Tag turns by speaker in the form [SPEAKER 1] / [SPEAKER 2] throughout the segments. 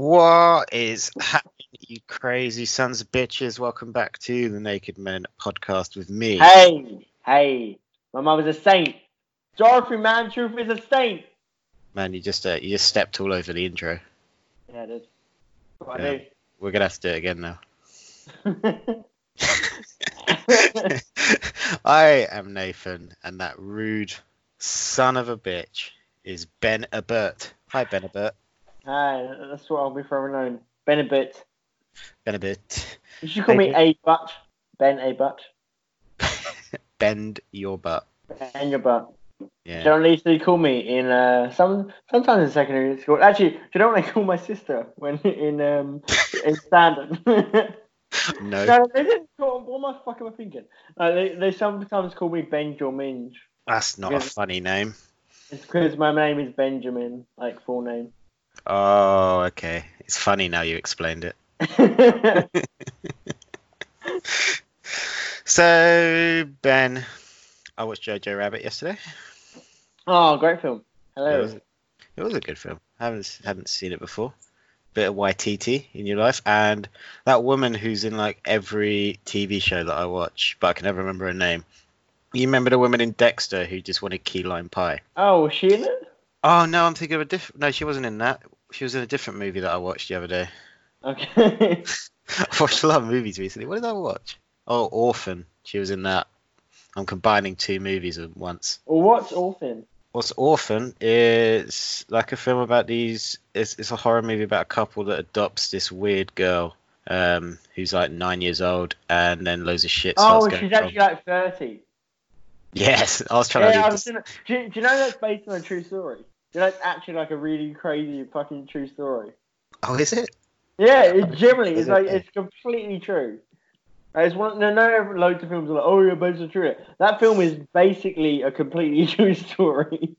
[SPEAKER 1] What is happening, you crazy sons of bitches? Welcome back to the Naked Men podcast with me.
[SPEAKER 2] Hey, hey, my mum is a saint. Dorothy Mantruth is a saint.
[SPEAKER 1] Man, you just uh, you just stepped all over the intro.
[SPEAKER 2] Yeah, it is. That's what
[SPEAKER 1] Yeah. We're gonna have to do it again now.
[SPEAKER 2] I do.
[SPEAKER 1] I am Nathan, and that rude son of a bitch is Ben Abert. Hi, Ben Abert.
[SPEAKER 2] Hi, that's what I'll be forever known. Ben a bit.
[SPEAKER 1] Ben Abert.
[SPEAKER 2] You should call me A butt. Ben a butt.
[SPEAKER 1] Bend your butt.
[SPEAKER 2] Ben your butt.
[SPEAKER 1] Yeah.
[SPEAKER 2] Generally, used to call me in uh, some sometimes in secondary school. Actually, do you know what I call my sister when in um in standard?
[SPEAKER 1] No.
[SPEAKER 2] No, they didn't call. What am I fucking am I thinking? Uh, they, they sometimes call me Benjamin.
[SPEAKER 1] That's not a funny name.
[SPEAKER 2] It's because my name is Benjamin, like full name.
[SPEAKER 1] Oh, okay. It's funny now you explained it. So, Ben, I watched Jojo Rabbit yesterday.
[SPEAKER 2] oh, great film.
[SPEAKER 1] It
[SPEAKER 2] Hello.
[SPEAKER 1] was, it was a good film. I haven't haven't seen it before. Bit of YTT in your life, and that woman who's in like every TV show that I watch, but I can never remember her name. You remember the woman in Dexter who just wanted key lime pie?
[SPEAKER 2] Oh, was she in it?
[SPEAKER 1] Oh no, I'm thinking of a different. No, she wasn't in that. She was in a different movie that I watched the other day.
[SPEAKER 2] Okay.
[SPEAKER 1] I watched a lot of movies recently. What did I watch? Oh, Orphan. She was in that. I'm combining two movies at once.
[SPEAKER 2] well, what's Orphan?
[SPEAKER 1] What's Orphan is like a film about these. It's, it's a horror movie about a couple that adopts this weird girl um, who's like nine years old, and then loads of shit starts
[SPEAKER 2] Oh,
[SPEAKER 1] going
[SPEAKER 2] she's
[SPEAKER 1] wrong.
[SPEAKER 2] actually like 30.
[SPEAKER 1] Yes, I was trying
[SPEAKER 2] Yeah, I
[SPEAKER 1] to.
[SPEAKER 2] was
[SPEAKER 1] Leave
[SPEAKER 2] gonna, do, you- do you know that's based on a true story? Do you know it's actually like a really crazy fucking true story?
[SPEAKER 1] Oh, is it?
[SPEAKER 2] Yeah, it generally
[SPEAKER 1] Is
[SPEAKER 2] it's
[SPEAKER 1] it?
[SPEAKER 2] like it's completely true. Like, It's one. No, no, loads of films are like, oh, yeah, based on true. That film is basically a completely true story.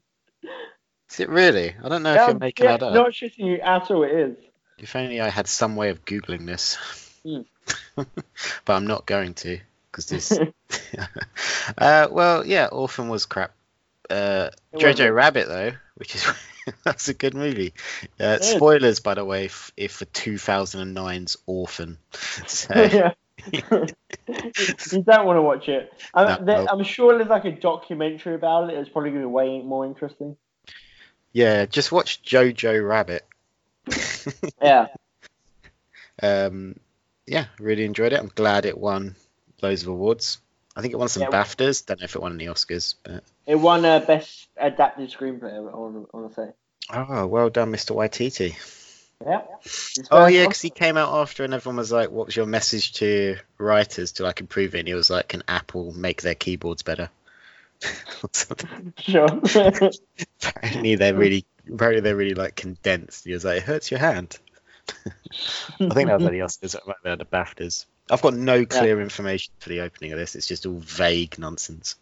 [SPEAKER 1] Is it really? I don't know if
[SPEAKER 2] Yeah,
[SPEAKER 1] you're making
[SPEAKER 2] yeah,
[SPEAKER 1] that up.
[SPEAKER 2] Not shitting you at all. It is.
[SPEAKER 1] If only I had some way of googling this,
[SPEAKER 2] Hmm.
[SPEAKER 1] but I'm not going to because this. uh, well, yeah, Orphan was crap. Uh,
[SPEAKER 2] It
[SPEAKER 1] Jojo
[SPEAKER 2] wasn't.
[SPEAKER 1] Rabbit though, which is that's a good movie. Uh,
[SPEAKER 2] It is.
[SPEAKER 1] spoilers, by the way, if, if for 2009's Orphan. So,
[SPEAKER 2] yeah. you don't want to watch it. I'm,
[SPEAKER 1] No,
[SPEAKER 2] there,
[SPEAKER 1] no.
[SPEAKER 2] I'm sure there's like a documentary about it. It's probably going to be way more interesting.
[SPEAKER 1] yeah, just watch Jojo Rabbit.
[SPEAKER 2] Yeah.
[SPEAKER 1] Um, yeah, really enjoyed it. I'm glad it won loads of awards. I think it won some
[SPEAKER 2] Yeah.
[SPEAKER 1] BAFTAs. Don't know if it won any Oscars, but
[SPEAKER 2] It won uh, best adapted screenplay. I want to say.
[SPEAKER 1] oh, well done, Mr. Waititi.
[SPEAKER 2] Yeah.
[SPEAKER 1] Oh yeah, because he came out after, and everyone was like, "What was your message to writers to like improve it?" And he was like, "Can Apple make their keyboards better?" Or something.
[SPEAKER 2] sure.
[SPEAKER 1] apparently they're really, apparently they're really like condensed. He was like, "It hurts your hand." I think that was at the Oscars, it might have been at the Baftas. I've got no clear information for the opening of this. It's just all vague nonsense.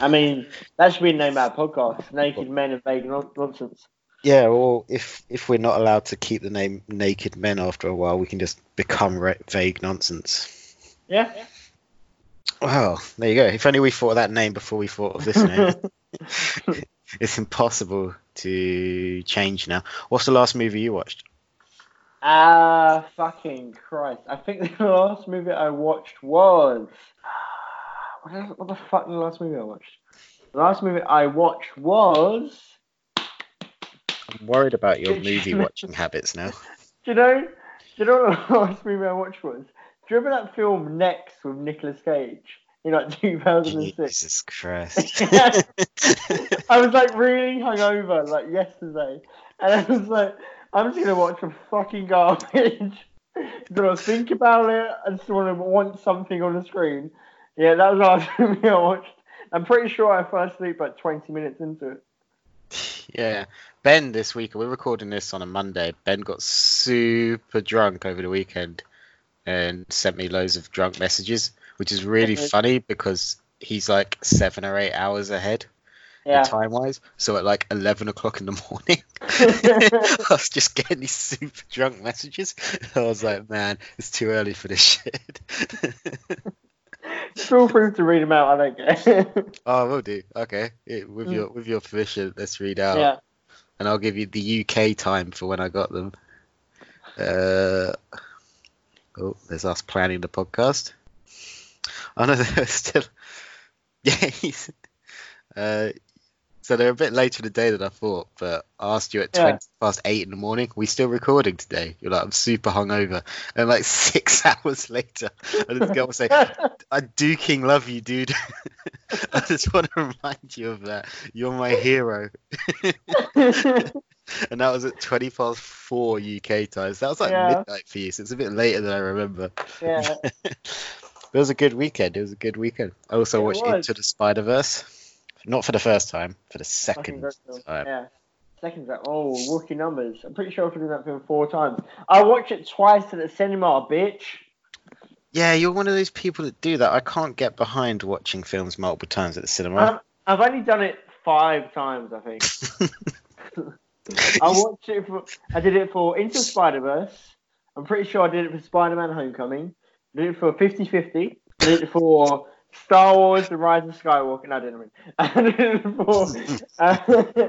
[SPEAKER 2] I mean, that should be the name of our podcast: Naked Men and Vague Non- Nonsense.
[SPEAKER 1] Yeah, well, if if we're not allowed to keep the name Naked Men after a while, we can just become re- vague nonsense.
[SPEAKER 2] Yeah.
[SPEAKER 1] Well, there you go. If only we thought of that name before we thought of this name. it's impossible to change now. What's the last movie you watched?
[SPEAKER 2] Ah, fucking Christ! I think the last movie I watched was what, the- what the fuck? The last movie I watched. The last movie I watched was.
[SPEAKER 1] I'm worried about your movie watching habits now.
[SPEAKER 2] Do you know? Do you know what the last movie I watched was? Do you remember that film Next with Nicolas Cage in like 2006?
[SPEAKER 1] Jesus Christ.
[SPEAKER 2] I was like really hungover like yesterday, and I was like, I'm just gonna watch some fucking garbage. Just wanna think about it. I just wanna want something on the screen. Yeah, that was the last movie I watched. I'm pretty sure I fell asleep like 20 minutes into it.
[SPEAKER 1] yeah. Ben this week, we're recording this on a Monday. Ben got super drunk over the weekend and sent me loads of drunk messages, which is really
[SPEAKER 2] Mhm.
[SPEAKER 1] funny because he's like seven or eight hours ahead.
[SPEAKER 2] Yeah.
[SPEAKER 1] time wise. So at like 11 o'clock in the morning, I was just getting these super drunk messages. I was like, man, it's too early for this shit.
[SPEAKER 2] Feel free to read them out. I don't care.
[SPEAKER 1] oh, we'll do. Okay. Yeah, with your with your Oh. permission, let's read out.
[SPEAKER 2] yeah.
[SPEAKER 1] And I'll give you the UK time for when I got them. Uh, oh, there's us planning the podcast. Oh no, they're still. Yeah, he's. Uh, so they're a bit later in the day than I thought, but I asked you at
[SPEAKER 2] Yeah.
[SPEAKER 1] 20 past 8 in the morning, we still recording today? You're like, I'm super hungover. And like six hours later, and this girl will say, I do King love you, dude. I just want to remind you of that. You're my hero. And that was at 20 past 4 UK time. So that was like
[SPEAKER 2] Yeah.
[SPEAKER 1] midnight for you, so it's a bit later than I remember.
[SPEAKER 2] yeah.
[SPEAKER 1] It was a good weekend. It was a good weekend. I also
[SPEAKER 2] It
[SPEAKER 1] watched
[SPEAKER 2] was.
[SPEAKER 1] Into the Spider Verse. Not for the first time, for the
[SPEAKER 2] Fucking
[SPEAKER 1] second
[SPEAKER 2] great film.
[SPEAKER 1] time.
[SPEAKER 2] Yeah. Second time. Oh, rookie numbers. I'm pretty sure I've done that film four times. I watched it twice at the cinema, bitch.
[SPEAKER 1] Yeah, you're one of those people that do that. I can't get behind watching films multiple times at the cinema.
[SPEAKER 2] Um, I've only done it five times, I think. Um, I watched it for. I did it for Into Spider Verse. I'm pretty sure I did it for Spider Man Homecoming. I did it for 50 50. I did it for Star Wars The Rise of Skywalker. No, I didn't win. I did it for. uh,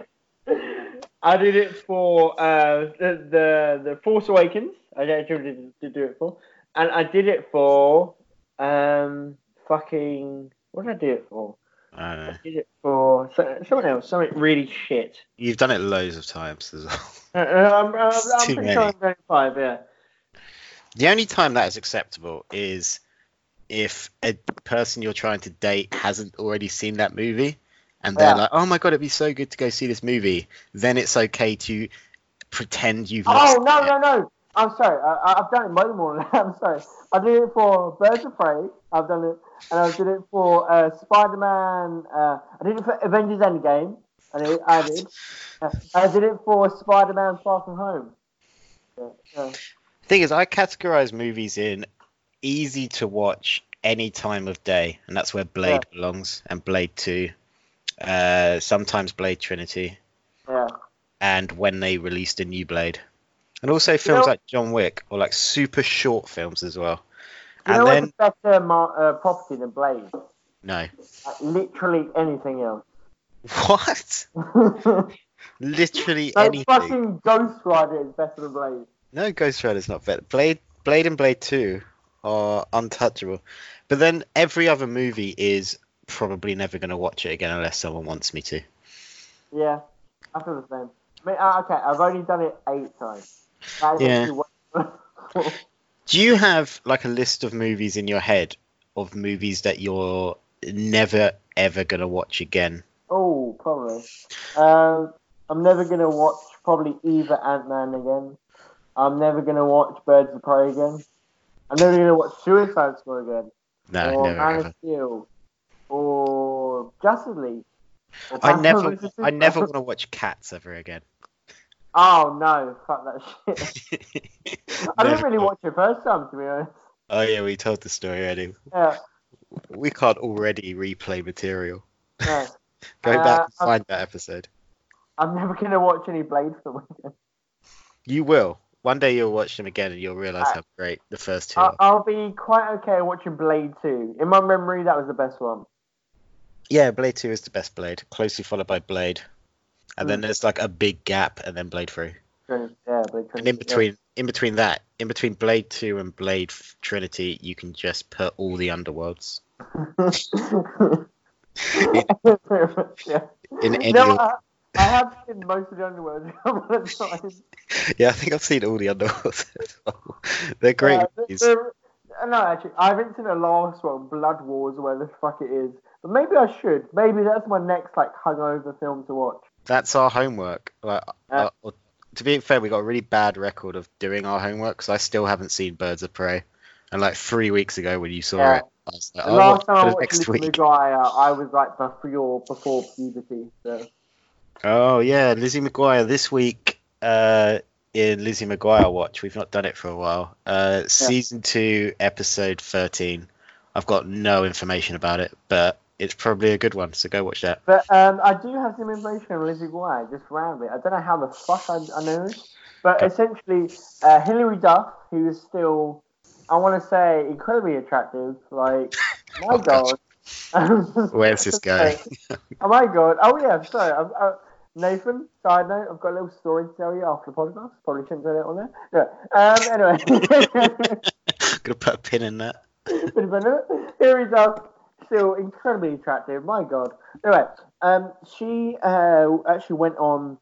[SPEAKER 2] I did it for uh, the, the the Force Awakens. I did, did, did do it for. And I did it for. Um, fucking. What did I do it for?
[SPEAKER 1] I don't know.
[SPEAKER 2] I did it for so, something else. Something really shit.
[SPEAKER 1] You've done it loads of times as well.
[SPEAKER 2] Uh, I'm, I'm, I'm
[SPEAKER 1] Too
[SPEAKER 2] pretty
[SPEAKER 1] many.
[SPEAKER 2] sure I'm going five, yeah.
[SPEAKER 1] The only time that is acceptable is if a person you're trying to date hasn't already seen that movie and they're
[SPEAKER 2] Yeah.
[SPEAKER 1] like, oh my god, it'd be so good to go see this movie. Then it's okay to pretend you've not
[SPEAKER 2] Oh
[SPEAKER 1] seen
[SPEAKER 2] no
[SPEAKER 1] it.
[SPEAKER 2] no no! I'm sorry. I, I- I've done it way more than that. I'm sorry. I did it for Birds of Prey. I've done it, and I did it for uh, Spider Man. Uh, I did it for Avengers Endgame. I did. I did. Uh, I did it for Spider Man Far From Home. Yeah, yeah.
[SPEAKER 1] thing is, I categorize movies in easy to watch any time of day, and that's where Blade belongs, and Blade 2, uh, sometimes Blade Trinity,
[SPEAKER 2] yeah.
[SPEAKER 1] and when they released a new Blade. And also films
[SPEAKER 2] know-
[SPEAKER 1] like John Wick, or like super short films as well.
[SPEAKER 2] You
[SPEAKER 1] and
[SPEAKER 2] know
[SPEAKER 1] then,
[SPEAKER 2] what's a better mar- uh, property than Blade?
[SPEAKER 1] no.
[SPEAKER 2] Like, literally anything else.
[SPEAKER 1] What? Literally
[SPEAKER 2] like
[SPEAKER 1] anything.
[SPEAKER 2] fucking Ghost Rider is better than Blade.
[SPEAKER 1] No, Ghost Rider's not better. Blade, Blade and Blade Two are untouchable. But then every other movie is probably never going to watch it again unless someone wants me to.
[SPEAKER 2] Yeah, I feel the same. I mean, uh, okay, I've only done it eight times. That is
[SPEAKER 1] Yeah.
[SPEAKER 2] actually way-
[SPEAKER 1] Do you have like a list of movies in your head of movies that you're never ever going to watch again?
[SPEAKER 2] oh, probably. Um, I'm never gonna watch probably either Ant Man again. I'm never gonna watch Birds of Prey again. I'm never gonna watch Suicide Squad again,
[SPEAKER 1] No,
[SPEAKER 2] or
[SPEAKER 1] Ah, never
[SPEAKER 2] Man
[SPEAKER 1] ever.
[SPEAKER 2] of Steel, or Justice League.
[SPEAKER 1] I
[SPEAKER 2] or Batman
[SPEAKER 1] never,
[SPEAKER 2] versus
[SPEAKER 1] I never
[SPEAKER 2] Superman.
[SPEAKER 1] want to watch Cats ever again.
[SPEAKER 2] Oh no, fuck that shit. I didn't
[SPEAKER 1] Never.
[SPEAKER 2] really watch it first time, to be honest.
[SPEAKER 1] Oh yeah, we told the story already.
[SPEAKER 2] Yeah,
[SPEAKER 1] We can't already replay material.
[SPEAKER 2] yeah.
[SPEAKER 1] Go
[SPEAKER 2] Uh,
[SPEAKER 1] back and
[SPEAKER 2] I've-
[SPEAKER 1] find that episode.
[SPEAKER 2] I'm never gonna watch any Blade film.
[SPEAKER 1] You will. One day you'll watch them again and you'll realize
[SPEAKER 2] I-
[SPEAKER 1] how great the first two
[SPEAKER 2] I-
[SPEAKER 1] are.
[SPEAKER 2] I'll be quite okay watching Blade 2. In my memory, that was the best one.
[SPEAKER 1] Yeah, Blade 2 is the best Blade, closely followed by Blade. And then
[SPEAKER 2] Mm.
[SPEAKER 1] there's like a big gap and then Blade 3.
[SPEAKER 2] Yeah, Blade 2.
[SPEAKER 1] And in between in between that, in between Blade 2 and Blade F- Trinity, you can just put all the underworlds
[SPEAKER 2] yeah.
[SPEAKER 1] in any
[SPEAKER 2] No,
[SPEAKER 1] order.
[SPEAKER 2] I, I have seen most of the underworld. Great.
[SPEAKER 1] Yeah, I think I've seen all the underworlds. as well. They're great movies.
[SPEAKER 2] Uh, no, actually, I haven't seen the last one, Blood Wars, where the fuck it is. But maybe I should. Maybe that's my next like hungover film to watch.
[SPEAKER 1] That's our homework. Like,
[SPEAKER 2] Uh,
[SPEAKER 1] uh, to be fair, we got a really bad record of doing our homework because I still haven't seen Birds of Prey. And like three weeks ago when you saw
[SPEAKER 2] Yeah.
[SPEAKER 1] it, I was like,
[SPEAKER 2] The
[SPEAKER 1] oh,
[SPEAKER 2] last time I watched
[SPEAKER 1] next
[SPEAKER 2] Little
[SPEAKER 1] week.
[SPEAKER 2] Big Liar, uh, I was like before before puberty. So
[SPEAKER 1] Oh yeah, Lizzie McGuire this week uh, in Lizzie McGuire watch. We've not done it for a while. Uh, Season two, episode thirteen. I've got no information about it, but it's probably a good one. So go watch that.
[SPEAKER 2] But um, I do have some information on Lizzie Guay, just randomly. I don't know how the fuck I, I know this. But
[SPEAKER 1] Okay.
[SPEAKER 2] essentially, uh, Hilary Duff, who is still, I want to say, incredibly attractive. Like, my
[SPEAKER 1] Oh,
[SPEAKER 2] God.
[SPEAKER 1] Where's this going?
[SPEAKER 2] oh, my God. Oh, yeah, sorry. I, I, Nathan, side note, I've got a little story to tell you after the podcast. Probably shouldn't say that on there. No. Um, anyway.
[SPEAKER 1] Gonna put a pin in that.
[SPEAKER 2] Bit of a- Here he's up, still incredibly attractive. My God. Anyway, um, she uh, actually went on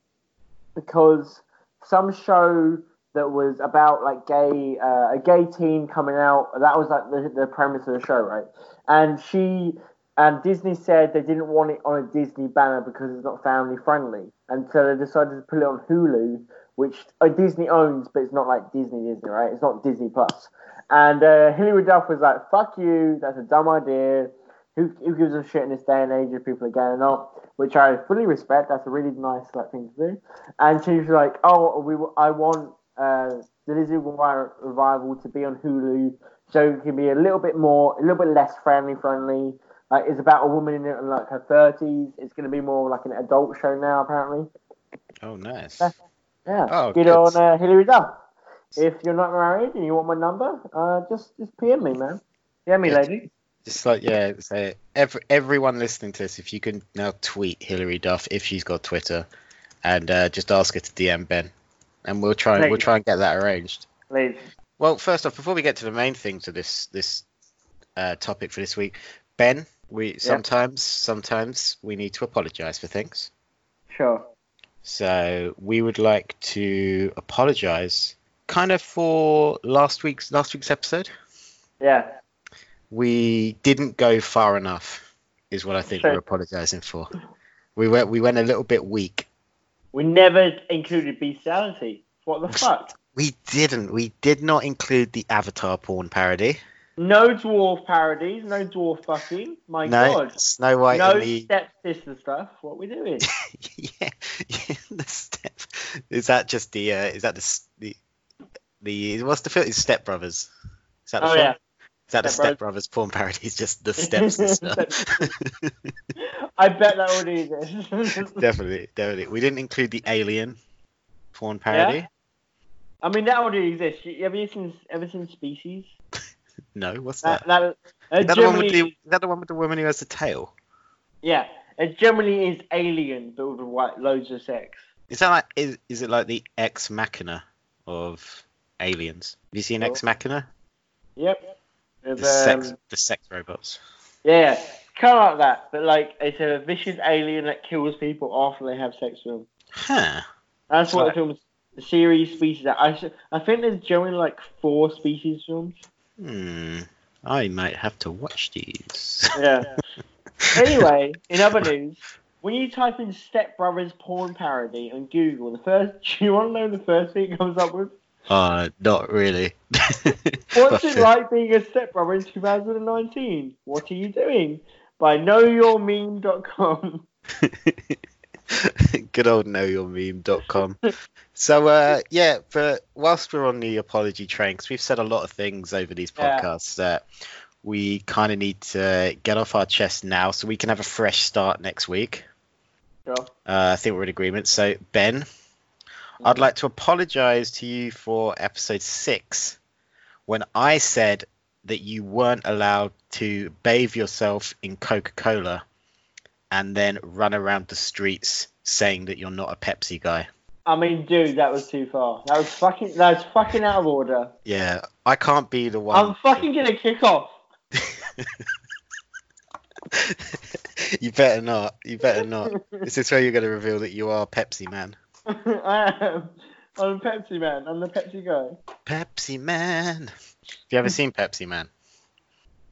[SPEAKER 2] because some show that was about like gay uh, a gay teen coming out. That was like the, the premise of the show, right? And she and Disney said they didn't want it on a Disney banner because it's not family friendly, and so they decided to put it on Hulu, which uh, Disney owns, but it's not like Disney Disney, right? It's not Disney Plus. And uh, Hilary Duff was like, "Fuck you! That's a dumb idea. Who, who gives a shit in this day and age if people are gay or not?" Which I fully respect. That's a really nice like thing to do. And she was like, "Oh, we I want uh, the Lizzie McGuire revival to be on Hulu, so it can be a little bit more, a little bit less family friendly. Like it's about a woman in her- like her thirties. It's going to be more like an adult show now, apparently.
[SPEAKER 1] Oh, nice.
[SPEAKER 2] Yeah,
[SPEAKER 1] Oh,
[SPEAKER 2] get
[SPEAKER 1] good.
[SPEAKER 2] on uh, Hillary Duff. If you're not married and you want my number, uh, just just PM me, man. Yeah, me,
[SPEAKER 1] Yeah.
[SPEAKER 2] lady.
[SPEAKER 1] Just like yeah, so every everyone listening to this, if you can now tweet Hillary Duff if she's got Twitter, and uh, just ask her to DM Ben, and we'll try
[SPEAKER 2] There you
[SPEAKER 1] we'll
[SPEAKER 2] go.
[SPEAKER 1] try and get that arranged.
[SPEAKER 2] Ladies.
[SPEAKER 1] Well, first off, before we get to the main things of this this uh, topic for this week, Ben, we sometimes sometimes we need to apologise for things.
[SPEAKER 2] Sure.
[SPEAKER 1] So we would like to apologise, kind of for last week's last week's episode.
[SPEAKER 2] Yeah.
[SPEAKER 1] we didn't go far enough is what I think
[SPEAKER 2] Sure.
[SPEAKER 1] we're apologizing for. We went we went a little bit weak.
[SPEAKER 2] We never included bestiality. What the fuck?
[SPEAKER 1] We didn't. We did not include the Avatar porn parody.
[SPEAKER 2] No dwarf parodies. No dwarf fucking. My
[SPEAKER 1] no,
[SPEAKER 2] God.
[SPEAKER 1] Snow White
[SPEAKER 2] no
[SPEAKER 1] and the
[SPEAKER 2] stepsister stuff. What we doing?
[SPEAKER 1] yeah, yeah, the step. Is that just the uh, is that the s- the the what's the film? Is Step Brothers? Is that the
[SPEAKER 2] oh
[SPEAKER 1] film?
[SPEAKER 2] yeah.
[SPEAKER 1] Is that the
[SPEAKER 2] Step
[SPEAKER 1] Step Brothers porn parody? Is just the steps and stuff.
[SPEAKER 2] I bet that would do this.
[SPEAKER 1] definitely, definitely. We didn't include the Alien porn parody.
[SPEAKER 2] I mean, that already exists. You- Have you seen ever seen Species?
[SPEAKER 1] No, what's that?
[SPEAKER 2] That that, uh,
[SPEAKER 1] Is that, the one with the,
[SPEAKER 2] generally-
[SPEAKER 1] is that the one with the woman who has the tail?
[SPEAKER 2] yeah. It generally is alien, but with like loads of sex.
[SPEAKER 1] Is that like is, is it like the ex machina of aliens? Have you seen
[SPEAKER 2] No.
[SPEAKER 1] ex machina?
[SPEAKER 2] Yep.
[SPEAKER 1] The
[SPEAKER 2] With,
[SPEAKER 1] sex
[SPEAKER 2] um,
[SPEAKER 1] the sex robots.
[SPEAKER 2] yeah, kind of like that, but like it's a vicious alien that kills people after they have sex with them.
[SPEAKER 1] Huh.
[SPEAKER 2] That's what
[SPEAKER 1] Right.
[SPEAKER 2] the film's the series species. Are. I sh- I think there's generally like four species films.
[SPEAKER 1] Hmm. I might have to watch these.
[SPEAKER 2] Yeah. anyway, in other news, when you type in Step Brothers porn parody on Google, the first do you want to know the first thing it comes up with?
[SPEAKER 1] Uh not really. uh,
[SPEAKER 2] What's it like being a Step Brother in 2019? What are you doing? By knowyourmeme.com.
[SPEAKER 1] Good old knowyourmeme.com. so uh yeah, but whilst we're on the apology train, because we've said a lot of things over these
[SPEAKER 2] Yeah.
[SPEAKER 1] podcasts that we kind of need to get off our chest now so we can have a fresh start next week.
[SPEAKER 2] Sure. Mm.
[SPEAKER 1] Uh, I think we're in agreement. So Ben, I'd like to apologize to you for episode six when I said that you weren't allowed to bathe yourself in Coca Cola and then run around the streets saying that you're not a Pepsi guy.
[SPEAKER 2] I mean, dude, that was too far. That was fucking. That was fucking out of order.
[SPEAKER 1] Yeah, I can't be the one.
[SPEAKER 2] I'm fucking gonna kick off.
[SPEAKER 1] you better not. You better not. Is this where you're going to reveal that you are Pepsi Man?
[SPEAKER 2] I am. I'm a Pepsi man. I'm the Pepsi guy.
[SPEAKER 1] Pepsi Man. Have you ever seen Pepsi Man?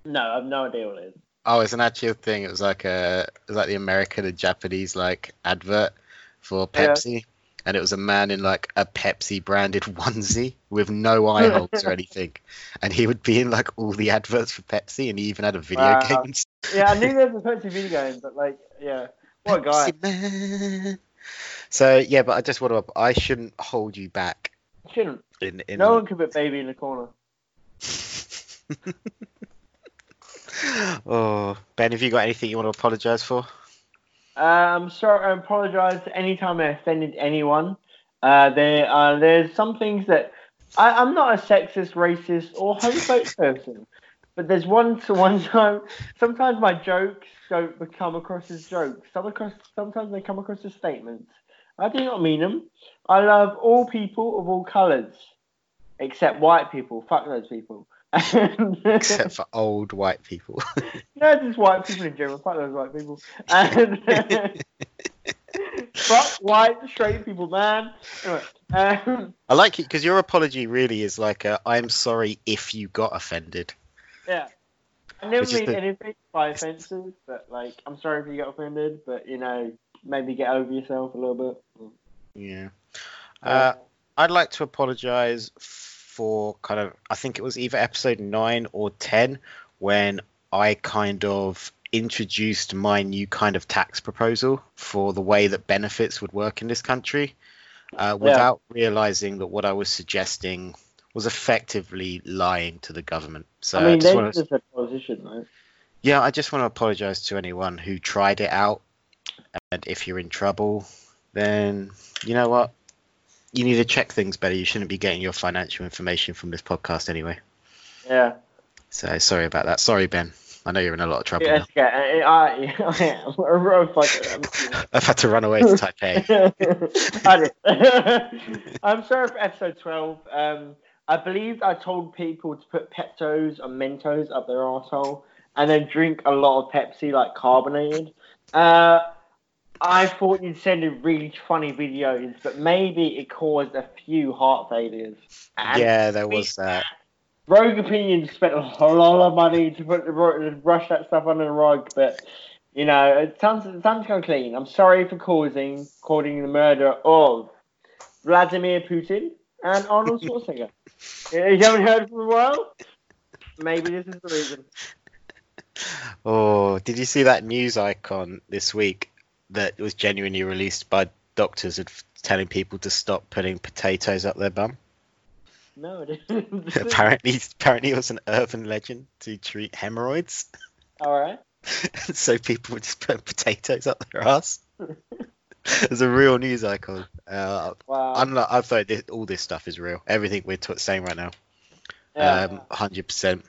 [SPEAKER 2] No, I've no idea what it is.
[SPEAKER 1] Oh, it's an actual thing. It was like a, it was like the American and Japanese like advert for
[SPEAKER 2] Yeah.
[SPEAKER 1] Pepsi, and it was a man in like a Pepsi branded onesie with no eye holes or anything, and he would be in like all the adverts for Pepsi, and he even had a video
[SPEAKER 2] Wow.
[SPEAKER 1] game. and stuff.
[SPEAKER 2] Yeah, I knew there was a Pepsi video game, but like, yeah, what a guy.
[SPEAKER 1] Pepsi Man. So yeah, but I just want to. I shouldn't hold you back
[SPEAKER 2] Shouldn't.
[SPEAKER 1] in in.
[SPEAKER 2] No one could put baby in the corner.
[SPEAKER 1] oh, Ben, have you got anything you want to apologise for?
[SPEAKER 2] Um, sorry, I apologise anytime I offended anyone. Uh, there are there's some things that I, I'm not a sexist, racist, or homophobic person, but there's one to one time. Sometimes my jokes don't become across as jokes. Some across, sometimes they come across as statements, I do not mean them. I love all people of all colours, except white people. Fuck those people.
[SPEAKER 1] Except for old white people.
[SPEAKER 2] no, just white people in general. Fuck those white people. And, fuck white straight people, man. Anyway, um,
[SPEAKER 1] I like it because your apology really is like, i "I'm sorry if you got offended."
[SPEAKER 2] yeah. I never
[SPEAKER 1] Which is
[SPEAKER 2] mean
[SPEAKER 1] the-
[SPEAKER 2] anything by offences, but like, I'm sorry if you got offended, but you know, maybe get over yourself a little bit.
[SPEAKER 1] Yeah. Uh, I'd like to apologize for kind of I think it was either episode 9 or 10 when I kind of introduced my new kind of tax proposal for the way that benefits would work in this country uh, without realizing that what I was suggesting was effectively lying to the government. So
[SPEAKER 2] I mean,
[SPEAKER 1] just
[SPEAKER 2] they
[SPEAKER 1] wanna-
[SPEAKER 2] just a position, though.
[SPEAKER 1] yeah, I just want to apologize to anyone who tried it out. And if you're in trouble, then you know what? You need to check things better. You shouldn't be getting your financial information from this podcast anyway.
[SPEAKER 2] Yeah.
[SPEAKER 1] So sorry about that. Sorry, Ben. I know you're in a lot of trouble
[SPEAKER 2] Yeah, okay. I, I, I am. I'm fucking-
[SPEAKER 1] now. I've had to run away to Taipei.
[SPEAKER 2] I did. I'm sorry for episode 12. Um, I believe I told people to put Peptos and Mentos up their arsehole and then drink a lot of Pepsi, like carbonated. Uh, I thought you'd send in really funny videos, but maybe it caused a few heart failures. And
[SPEAKER 1] yeah, there was that.
[SPEAKER 2] Rogue Opinion spent a lot of money to put the to brush that stuff under the rug, but you know, it's time to, time to come clean. I'm sorry for causing causing the murder of Vladimir Putin and Arnold Schwarzenegger. you haven't heard for a while? Maybe this is the reason.
[SPEAKER 1] Oh, did you see that news icon this week that was genuinely released by doctors adv- telling people to stop putting potatoes up their bum?
[SPEAKER 2] No, it isn't.
[SPEAKER 1] apparently, apparently it was an urban legend to treat hemorrhoids,
[SPEAKER 2] All right.
[SPEAKER 1] so people would just put potatoes up their ass. it's a real news icon. Uh,
[SPEAKER 2] Wow.
[SPEAKER 1] I'm not, I thought this, all this stuff is real. Everything we're t- saying right now,
[SPEAKER 2] Yeah.
[SPEAKER 1] um, hundred percent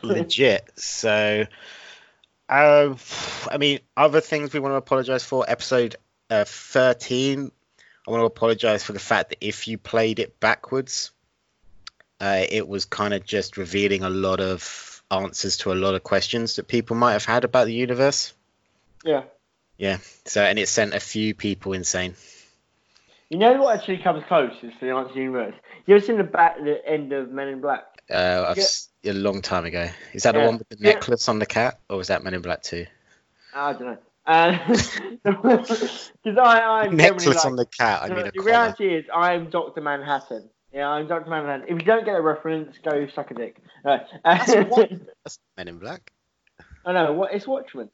[SPEAKER 1] legit. So, um, I mean, other things we want to apologize for. Episode uh, 13. I want to apologize for the fact that if you played it backwards, uh, it was kind of just revealing a lot of answers to a lot of questions that people might have had about the universe.
[SPEAKER 2] yeah.
[SPEAKER 1] So, and it sent a few people insane.
[SPEAKER 2] You know what actually comes close is the answer universe. You ever seen the back the end of Men in Black?
[SPEAKER 1] Uh, I've
[SPEAKER 2] Yeah.
[SPEAKER 1] s- a long time ago. Is that
[SPEAKER 2] Yeah.
[SPEAKER 1] the one with the
[SPEAKER 2] Yeah.
[SPEAKER 1] necklace on the cat, or was that Men in Black 2?
[SPEAKER 2] I don't know. Because I, I'm generally
[SPEAKER 1] necklace
[SPEAKER 2] like,
[SPEAKER 1] on the cat. I
[SPEAKER 2] the,
[SPEAKER 1] mean, a
[SPEAKER 2] the
[SPEAKER 1] collar.
[SPEAKER 2] reality is I'm Doctor Manhattan. Yeah, I'm Doctor Manhattan. If you don't get a reference, go suck a dick. No.
[SPEAKER 1] That's what- That's Men in Black.
[SPEAKER 2] I know. What it's Watchmen.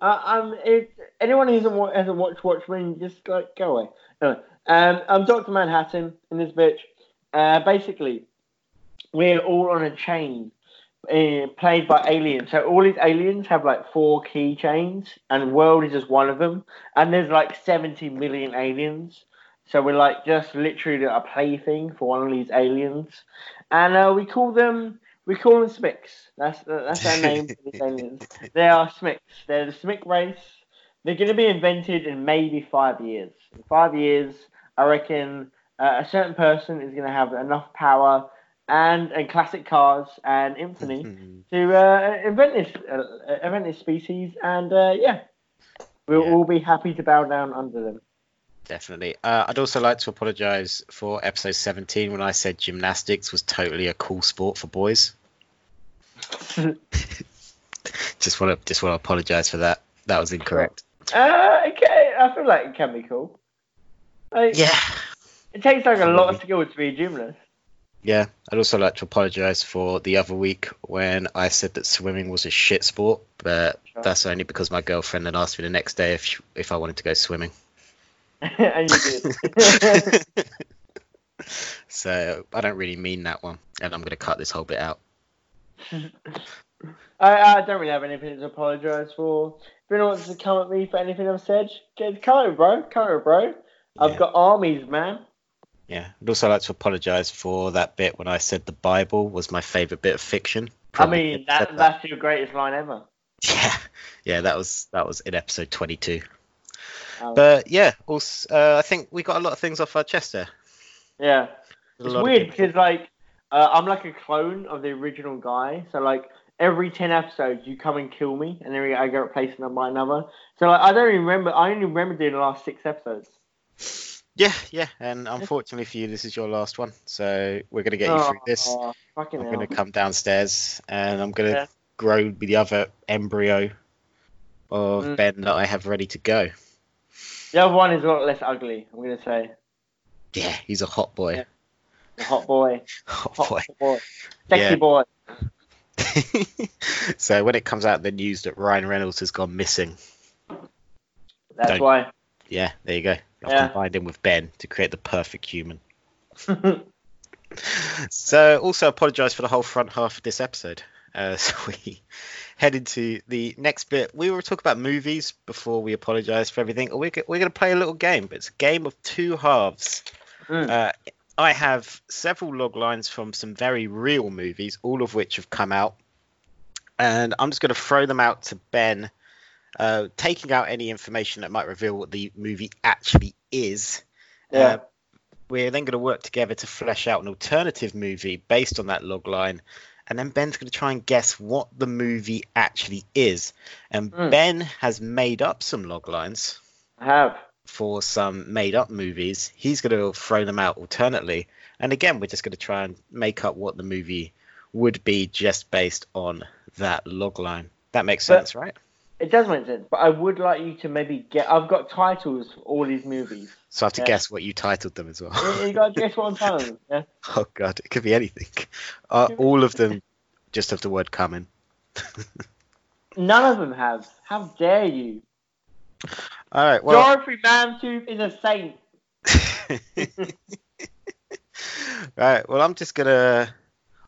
[SPEAKER 2] Uh, um, it, anyone who hasn't, wa- hasn't watched Watchmen, just like go away. Anyway, um, I'm Doctor Manhattan in this bitch. Uh, basically, we're all on a chain, uh, played by aliens. So all these aliens have like four key chains, and World is just one of them. And there's like 70 million aliens. So we're like just literally a plaything for one of these aliens, and uh, we call them we call them Smicks. That's that's our name for these aliens. They are Smicks. They're the Smic race. They're going to be invented in maybe five years. In five years, I reckon uh, a certain person is going to have enough power and, and classic cars and infamy
[SPEAKER 1] Hmm.
[SPEAKER 2] to uh, invent this uh, invent this species. And uh, yeah, we'll
[SPEAKER 1] Yeah.
[SPEAKER 2] all be happy to bow down under them.
[SPEAKER 1] Definitely. Uh, I'd also like to apologise for episode 17 when I said gymnastics was totally a cool sport for boys. Just want to just want to apologise for that. That was incorrect.
[SPEAKER 2] Uh, okay, I feel like it can be cool. Like,
[SPEAKER 1] Yeah.
[SPEAKER 2] It takes like a lot of skill to be a gymnast.
[SPEAKER 1] Yeah. I'd also like to apologise for the other week when I said that swimming was a shit sport, but
[SPEAKER 2] Sure.
[SPEAKER 1] that's only because my girlfriend then asked me the next day if she, if I wanted to go swimming.
[SPEAKER 2] and you did.
[SPEAKER 1] so I don't really mean that one, and I'm going to cut this whole bit out.
[SPEAKER 2] I, I don't really have anything to apologise for. If anyone wants to come at me for anything I've said, get come over, bro. Come over, bro. I've
[SPEAKER 1] Yeah.
[SPEAKER 2] got armies, man.
[SPEAKER 1] Yeah, I'd also like to apologise for that bit when I said the Bible was my favourite bit of fiction. Probably
[SPEAKER 2] I mean,
[SPEAKER 1] shouldn't have
[SPEAKER 2] that,
[SPEAKER 1] said
[SPEAKER 2] that's your greatest line ever.
[SPEAKER 1] that. yeah, yeah, that was that was in episode twenty-two.
[SPEAKER 2] Um,
[SPEAKER 1] But yeah, also, uh, I think we got a lot of things off our chest there.
[SPEAKER 2] yeah.
[SPEAKER 1] A
[SPEAKER 2] It's
[SPEAKER 1] lot of
[SPEAKER 2] weird
[SPEAKER 1] people.
[SPEAKER 2] because like uh, I'm like a clone of the original guy. So like every ten episodes, you come and kill me, and then I get replaced by another. So like I don't even remember. I only remember doing the last six episodes.
[SPEAKER 1] Yeah, yeah, and unfortunately for you, this is your last one. So we're gonna get you through this.
[SPEAKER 2] Oh, fucking
[SPEAKER 1] I'm
[SPEAKER 2] hell.
[SPEAKER 1] gonna come downstairs and I'm gonna
[SPEAKER 2] Yeah.
[SPEAKER 1] grow the other embryo of
[SPEAKER 2] Mm.
[SPEAKER 1] Ben that I have ready to go.
[SPEAKER 2] The other one is a lot less ugly. I'm gonna say
[SPEAKER 1] Yeah, he's a hot boy.
[SPEAKER 2] Yeah. the hot boy,
[SPEAKER 1] Hot
[SPEAKER 2] hot
[SPEAKER 1] boy.
[SPEAKER 2] boy, sexy
[SPEAKER 1] Yeah.
[SPEAKER 2] boy.
[SPEAKER 1] so when it comes out in the news that Ryan Reynolds has gone missing,
[SPEAKER 2] That's
[SPEAKER 1] Don't-
[SPEAKER 2] why.
[SPEAKER 1] yeah, there you go. I've
[SPEAKER 2] Yeah.
[SPEAKER 1] combined him with Ben to create the perfect human.
[SPEAKER 2] yeah,
[SPEAKER 1] So also apologise for the whole front half of this episode. Uh, so we head into the next bit. We were talking about movies before we apologise for everything. We're, go- we're going to play a little game. It's a game of two halves.
[SPEAKER 2] Mm.
[SPEAKER 1] Uh, I have several log lines from some very real movies, all of which have come out. And I'm just going to throw them out to Ben, uh, taking out any information that might reveal what the movie actually is. Uh, we're then going to work together to flesh out an alternative movie based on that log line. And then Ben's going to try and guess what the movie actually is. And
[SPEAKER 2] Mm.
[SPEAKER 1] Ben has made up some log lines
[SPEAKER 2] I have.
[SPEAKER 1] for some made up movies. He's going to throw them out alternately. And again, we're just going to try and make up what the movie would be just based on that log line. That makes
[SPEAKER 2] But-
[SPEAKER 1] sense, right?
[SPEAKER 2] It does make sense, but I would like you to maybe get. I've got titles for all these movies.
[SPEAKER 1] So I have to
[SPEAKER 2] yeah.
[SPEAKER 1] guess what you titled them as well.
[SPEAKER 2] You, you gotta guess what I'm telling you. Yeah.
[SPEAKER 1] Oh god, it could be anything. Uh, all of them just have the word coming.
[SPEAKER 2] None of them have. How dare you?
[SPEAKER 1] All right, well,
[SPEAKER 2] Dorothy Mantooth is a saint.
[SPEAKER 1] all right, well, I'm just gonna,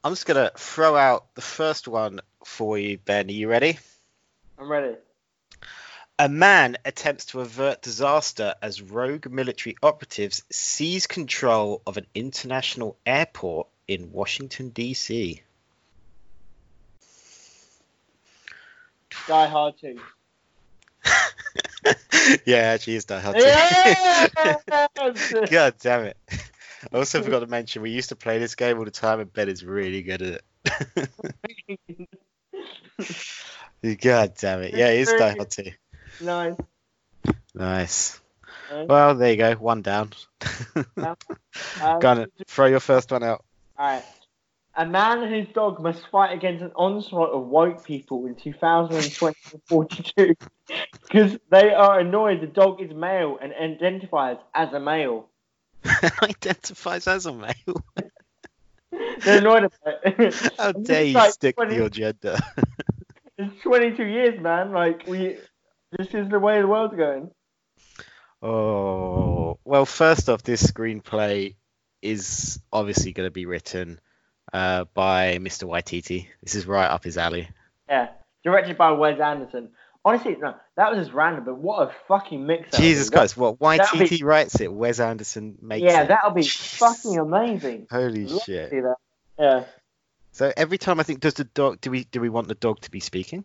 [SPEAKER 1] I'm just gonna throw out the first one for you, Ben. Are you ready?
[SPEAKER 2] I'm ready.
[SPEAKER 1] A man attempts to avert disaster as rogue military operatives seize control of an international airport in Washington D.C.
[SPEAKER 2] Die Hard 2.
[SPEAKER 1] yeah, actually, is Die Hard. too.
[SPEAKER 2] Yes!
[SPEAKER 1] God damn it. I also forgot to mention we used to play this game all the time and Ben is really good at it. God damn it. Yeah, it is Die Hard 2.
[SPEAKER 2] nice.
[SPEAKER 1] Nice.
[SPEAKER 2] nice.
[SPEAKER 1] Well, there you go. One down.
[SPEAKER 2] Um,
[SPEAKER 1] Gun it. Throw your first one out.
[SPEAKER 2] Alright. A man and his dog must fight against an onslaught of woke people in 2042 because they are annoyed the dog is male and identifies as a male.
[SPEAKER 1] Identifies as a male.
[SPEAKER 2] They're annoyed about it.
[SPEAKER 1] How
[SPEAKER 2] I'm just
[SPEAKER 1] dare you
[SPEAKER 2] like,
[SPEAKER 1] stick
[SPEAKER 2] what
[SPEAKER 1] to
[SPEAKER 2] is-
[SPEAKER 1] your gender?
[SPEAKER 2] It's 22 years, man. Like, we. This is the way the world's going.
[SPEAKER 1] Oh. Well, first off, this screenplay is obviously going to be written uh, by Mr. Waititi. This is right up his alley.
[SPEAKER 2] Yeah. Directed by Wes Anderson. Honestly, no, that was just random, but what a fucking mix. that'll
[SPEAKER 1] Jesus
[SPEAKER 2] be. That-
[SPEAKER 1] Christ, what
[SPEAKER 2] that'll be-
[SPEAKER 1] YTT writes it, Wes Anderson makes
[SPEAKER 2] Yeah,
[SPEAKER 1] it.
[SPEAKER 2] that'll be
[SPEAKER 1] Jeez.
[SPEAKER 2] fucking amazing.
[SPEAKER 1] Holy
[SPEAKER 2] Love to
[SPEAKER 1] shit!
[SPEAKER 2] see that. Yeah.
[SPEAKER 1] So every time I think, does the dog? Do we do we want the dog to be speaking?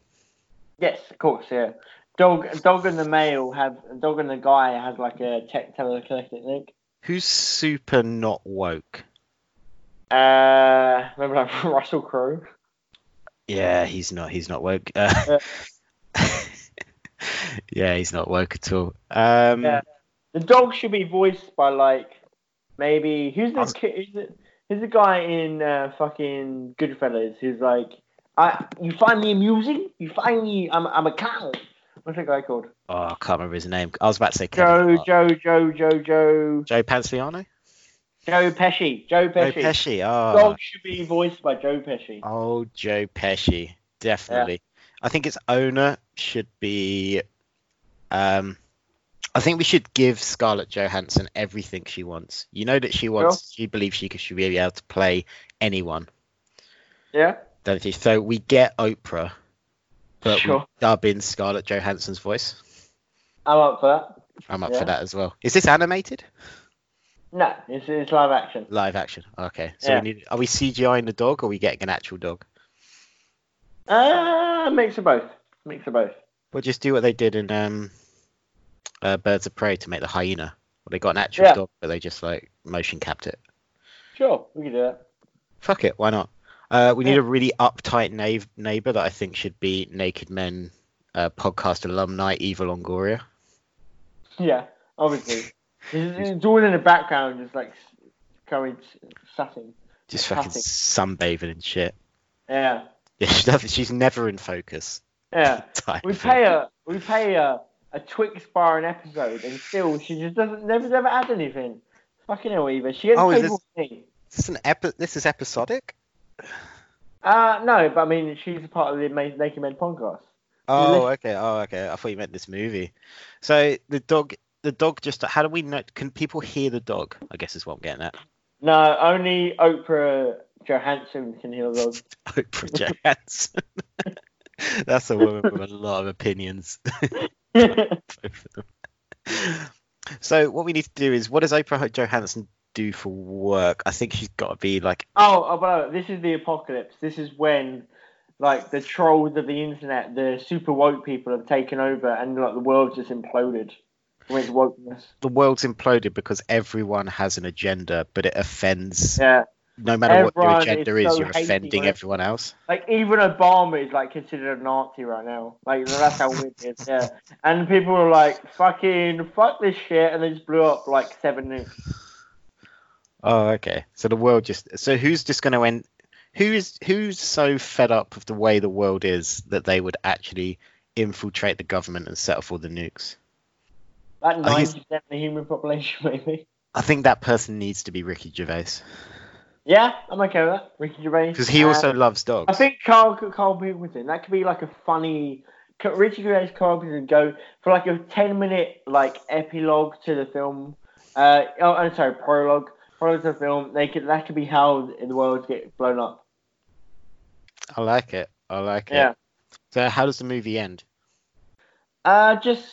[SPEAKER 2] Yes, of course, yeah. Dog, dog and the male have dog and the guy has like a tech telekinetic link.
[SPEAKER 1] Who's super not woke?
[SPEAKER 2] Uh, remember like Russell Crowe?
[SPEAKER 1] Yeah, he's not. He's not woke. Uh, yeah, he's not woke at all. Um,
[SPEAKER 2] Yeah. The dog should be voiced by like maybe who's the
[SPEAKER 1] Us-
[SPEAKER 2] ki- who's the, who's the guy in uh, fucking Goodfellas who's like, I you find me amusing, you find me I'm I'm a cow. What's that guy called?
[SPEAKER 1] Oh, I can't remember his name. I was about to say Kevin
[SPEAKER 2] Joe,
[SPEAKER 1] Hart.
[SPEAKER 2] Joe, Joe, Joe, Joe,
[SPEAKER 1] Joe Pansliano.
[SPEAKER 2] Joe Pesci, Joe
[SPEAKER 1] Joe
[SPEAKER 2] Pesci. Uh.
[SPEAKER 1] Pesci. Oh,
[SPEAKER 2] Dog should be voiced by Joe Pesci.
[SPEAKER 1] oh, Joe Pesci. Definitely. I think its owner should be. Um, I think we should give Scarlett Johansson everything she wants. You know that she wants. She believes she could- should be able to play anyone.
[SPEAKER 2] Yeah.
[SPEAKER 1] Don't you? So we get Oprah, but we
[SPEAKER 2] Sure.
[SPEAKER 1] dub in Scarlett Johansson's voice.
[SPEAKER 2] I'm up for that.
[SPEAKER 1] I'm up
[SPEAKER 2] Yeah.
[SPEAKER 1] for that as well. Is this animated?
[SPEAKER 2] No, it's, it's live action.
[SPEAKER 1] Live action. Okay. So we
[SPEAKER 2] Yeah.
[SPEAKER 1] need. Are we CGIing the dog, or are we getting an actual dog?
[SPEAKER 2] Uh, mix of both. Mix of both.
[SPEAKER 1] We'll just do what they did in um, uh, Birds of Prey to make the hyena. Well, they got an actual
[SPEAKER 2] Yeah.
[SPEAKER 1] dog, but they just like motion capped it.
[SPEAKER 2] Sure, we can do that.
[SPEAKER 1] Fuck it, why not? Uh, we need
[SPEAKER 2] Yeah.
[SPEAKER 1] a really uptight na- neighbor that I think should be Naked Men uh, podcast alumni Eva Longoria.
[SPEAKER 2] Yeah, obviously. He's, he's all in the background, just like s- going s- sassing.
[SPEAKER 1] Just fucking
[SPEAKER 2] Classic.
[SPEAKER 1] sunbathing and shit.
[SPEAKER 2] Yeah,
[SPEAKER 1] Yeah, she never, she's never in focus.
[SPEAKER 2] yeah.
[SPEAKER 1] Time
[SPEAKER 2] We
[SPEAKER 1] for-
[SPEAKER 2] pay her. We pay her a Twix bar an episode, and still she just doesn't never never add anything. Fucking hell, Eva. She gets
[SPEAKER 1] Oh, is
[SPEAKER 2] paid
[SPEAKER 1] this-
[SPEAKER 2] more than me.
[SPEAKER 1] Is This, an epi- this is episodic?
[SPEAKER 2] Uh, no, but I mean she's a part of the Ma- Naked Men podcast.
[SPEAKER 1] Oh,
[SPEAKER 2] Really?
[SPEAKER 1] okay. Oh, okay. I thought you meant this movie. So the dog, the dog just. How do we know? Can people hear the dog? I guess is what I'm getting at.
[SPEAKER 2] No, only Oprah Johansson can hear those.
[SPEAKER 1] Oprah Johansson. That's a woman with a lot of opinions. both of them. So what we need to do is, what does Oprah Johansson do for work? I think she's got to be like,
[SPEAKER 2] Oh, oh, but this is the apocalypse. This is when, like, the trolls of the internet, the super woke people have taken over, and like the world's just imploded with wokeness.
[SPEAKER 1] the world's imploded because everyone has an agenda, but it offends.
[SPEAKER 2] Yeah,
[SPEAKER 1] No matter
[SPEAKER 2] Everyone
[SPEAKER 1] what
[SPEAKER 2] is
[SPEAKER 1] your agenda is,
[SPEAKER 2] so
[SPEAKER 1] you're
[SPEAKER 2] hating
[SPEAKER 1] offending
[SPEAKER 2] on it.
[SPEAKER 1] everyone else.
[SPEAKER 2] like even Obama is like considered a Nazi right now. Like that's how weird it is. Yeah, and people are like, "Fucking fuck this shit," and they just blew up like seven nukes.
[SPEAKER 1] Oh, okay. So the world just. So who's just going to end? Who is who's so fed up with the way the world is that they would actually infiltrate the government and set off all the nukes?
[SPEAKER 2] Like
[SPEAKER 1] I
[SPEAKER 2] ninety
[SPEAKER 1] guess-
[SPEAKER 2] percent of the human population, maybe.
[SPEAKER 1] I think that person needs to be Ricky Gervais
[SPEAKER 2] Yeah, I'm okay with that. Ricky Gervais.
[SPEAKER 1] because he
[SPEAKER 2] uh,
[SPEAKER 1] also loves
[SPEAKER 2] I
[SPEAKER 1] dogs.
[SPEAKER 2] think Carl Carl Pilkington. That could be like a funny. could Richard Gervais, Carl Pilkington go for like a ten minute like epilogue to the film. Uh, oh, I'm sorry, prologue. Prologue to the film. They could that could be how the world get blown up.
[SPEAKER 1] I like it. I like it.
[SPEAKER 2] Yeah.
[SPEAKER 1] So how does the movie end?
[SPEAKER 2] Uh, just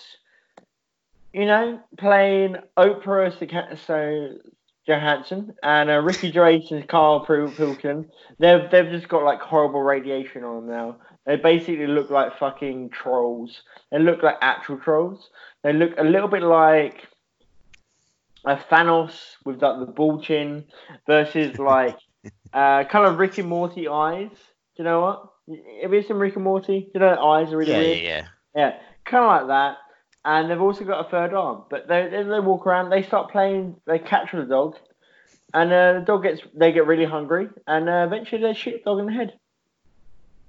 [SPEAKER 2] you know, playing Oprah Sica- so Johansson and uh, Ricky Gervais and Carl Pil- Pilkin. They've they've just got like horrible radiation on them now. They basically look like fucking trolls. They look like actual trolls. They look a little bit like a Thanos with like the bull chin versus like uh, kind of Rick and Morty eyes. Do you know what? Have you seen Rick and Morty? Do you know the eyes are really
[SPEAKER 1] yeah,
[SPEAKER 2] weird?
[SPEAKER 1] yeah, yeah.
[SPEAKER 2] Yeah, kind of like that. And they've also got a third arm. But they then they walk around. They start playing. They capture the dog, and uh, the dog gets. They get really hungry, and uh, eventually they shoot the dog in the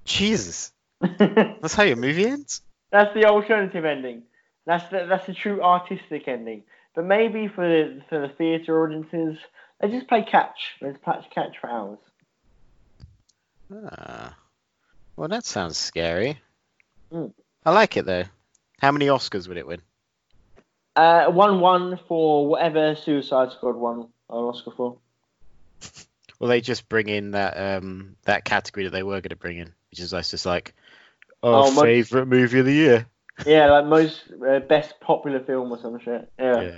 [SPEAKER 1] Jesus,
[SPEAKER 2] head.
[SPEAKER 1] that's how your movie ends.
[SPEAKER 2] that's the alternative ending. That's the, that's the true artistic ending. But maybe for the, for the theatre audiences, they just play catch. They just play catch for hours.
[SPEAKER 1] Ah. Well, that sounds scary.
[SPEAKER 2] Mm.
[SPEAKER 1] I like it though. How many Oscars would it win?
[SPEAKER 2] Uh, one one for whatever Suicide Squad won an Oscar for.
[SPEAKER 1] Well, they just bring in that um that category that they were going to bring in, which is like just like our
[SPEAKER 2] Oh, my-
[SPEAKER 1] favorite movie of the year.
[SPEAKER 2] Yeah, like most uh, best popular film or some shit. yeah.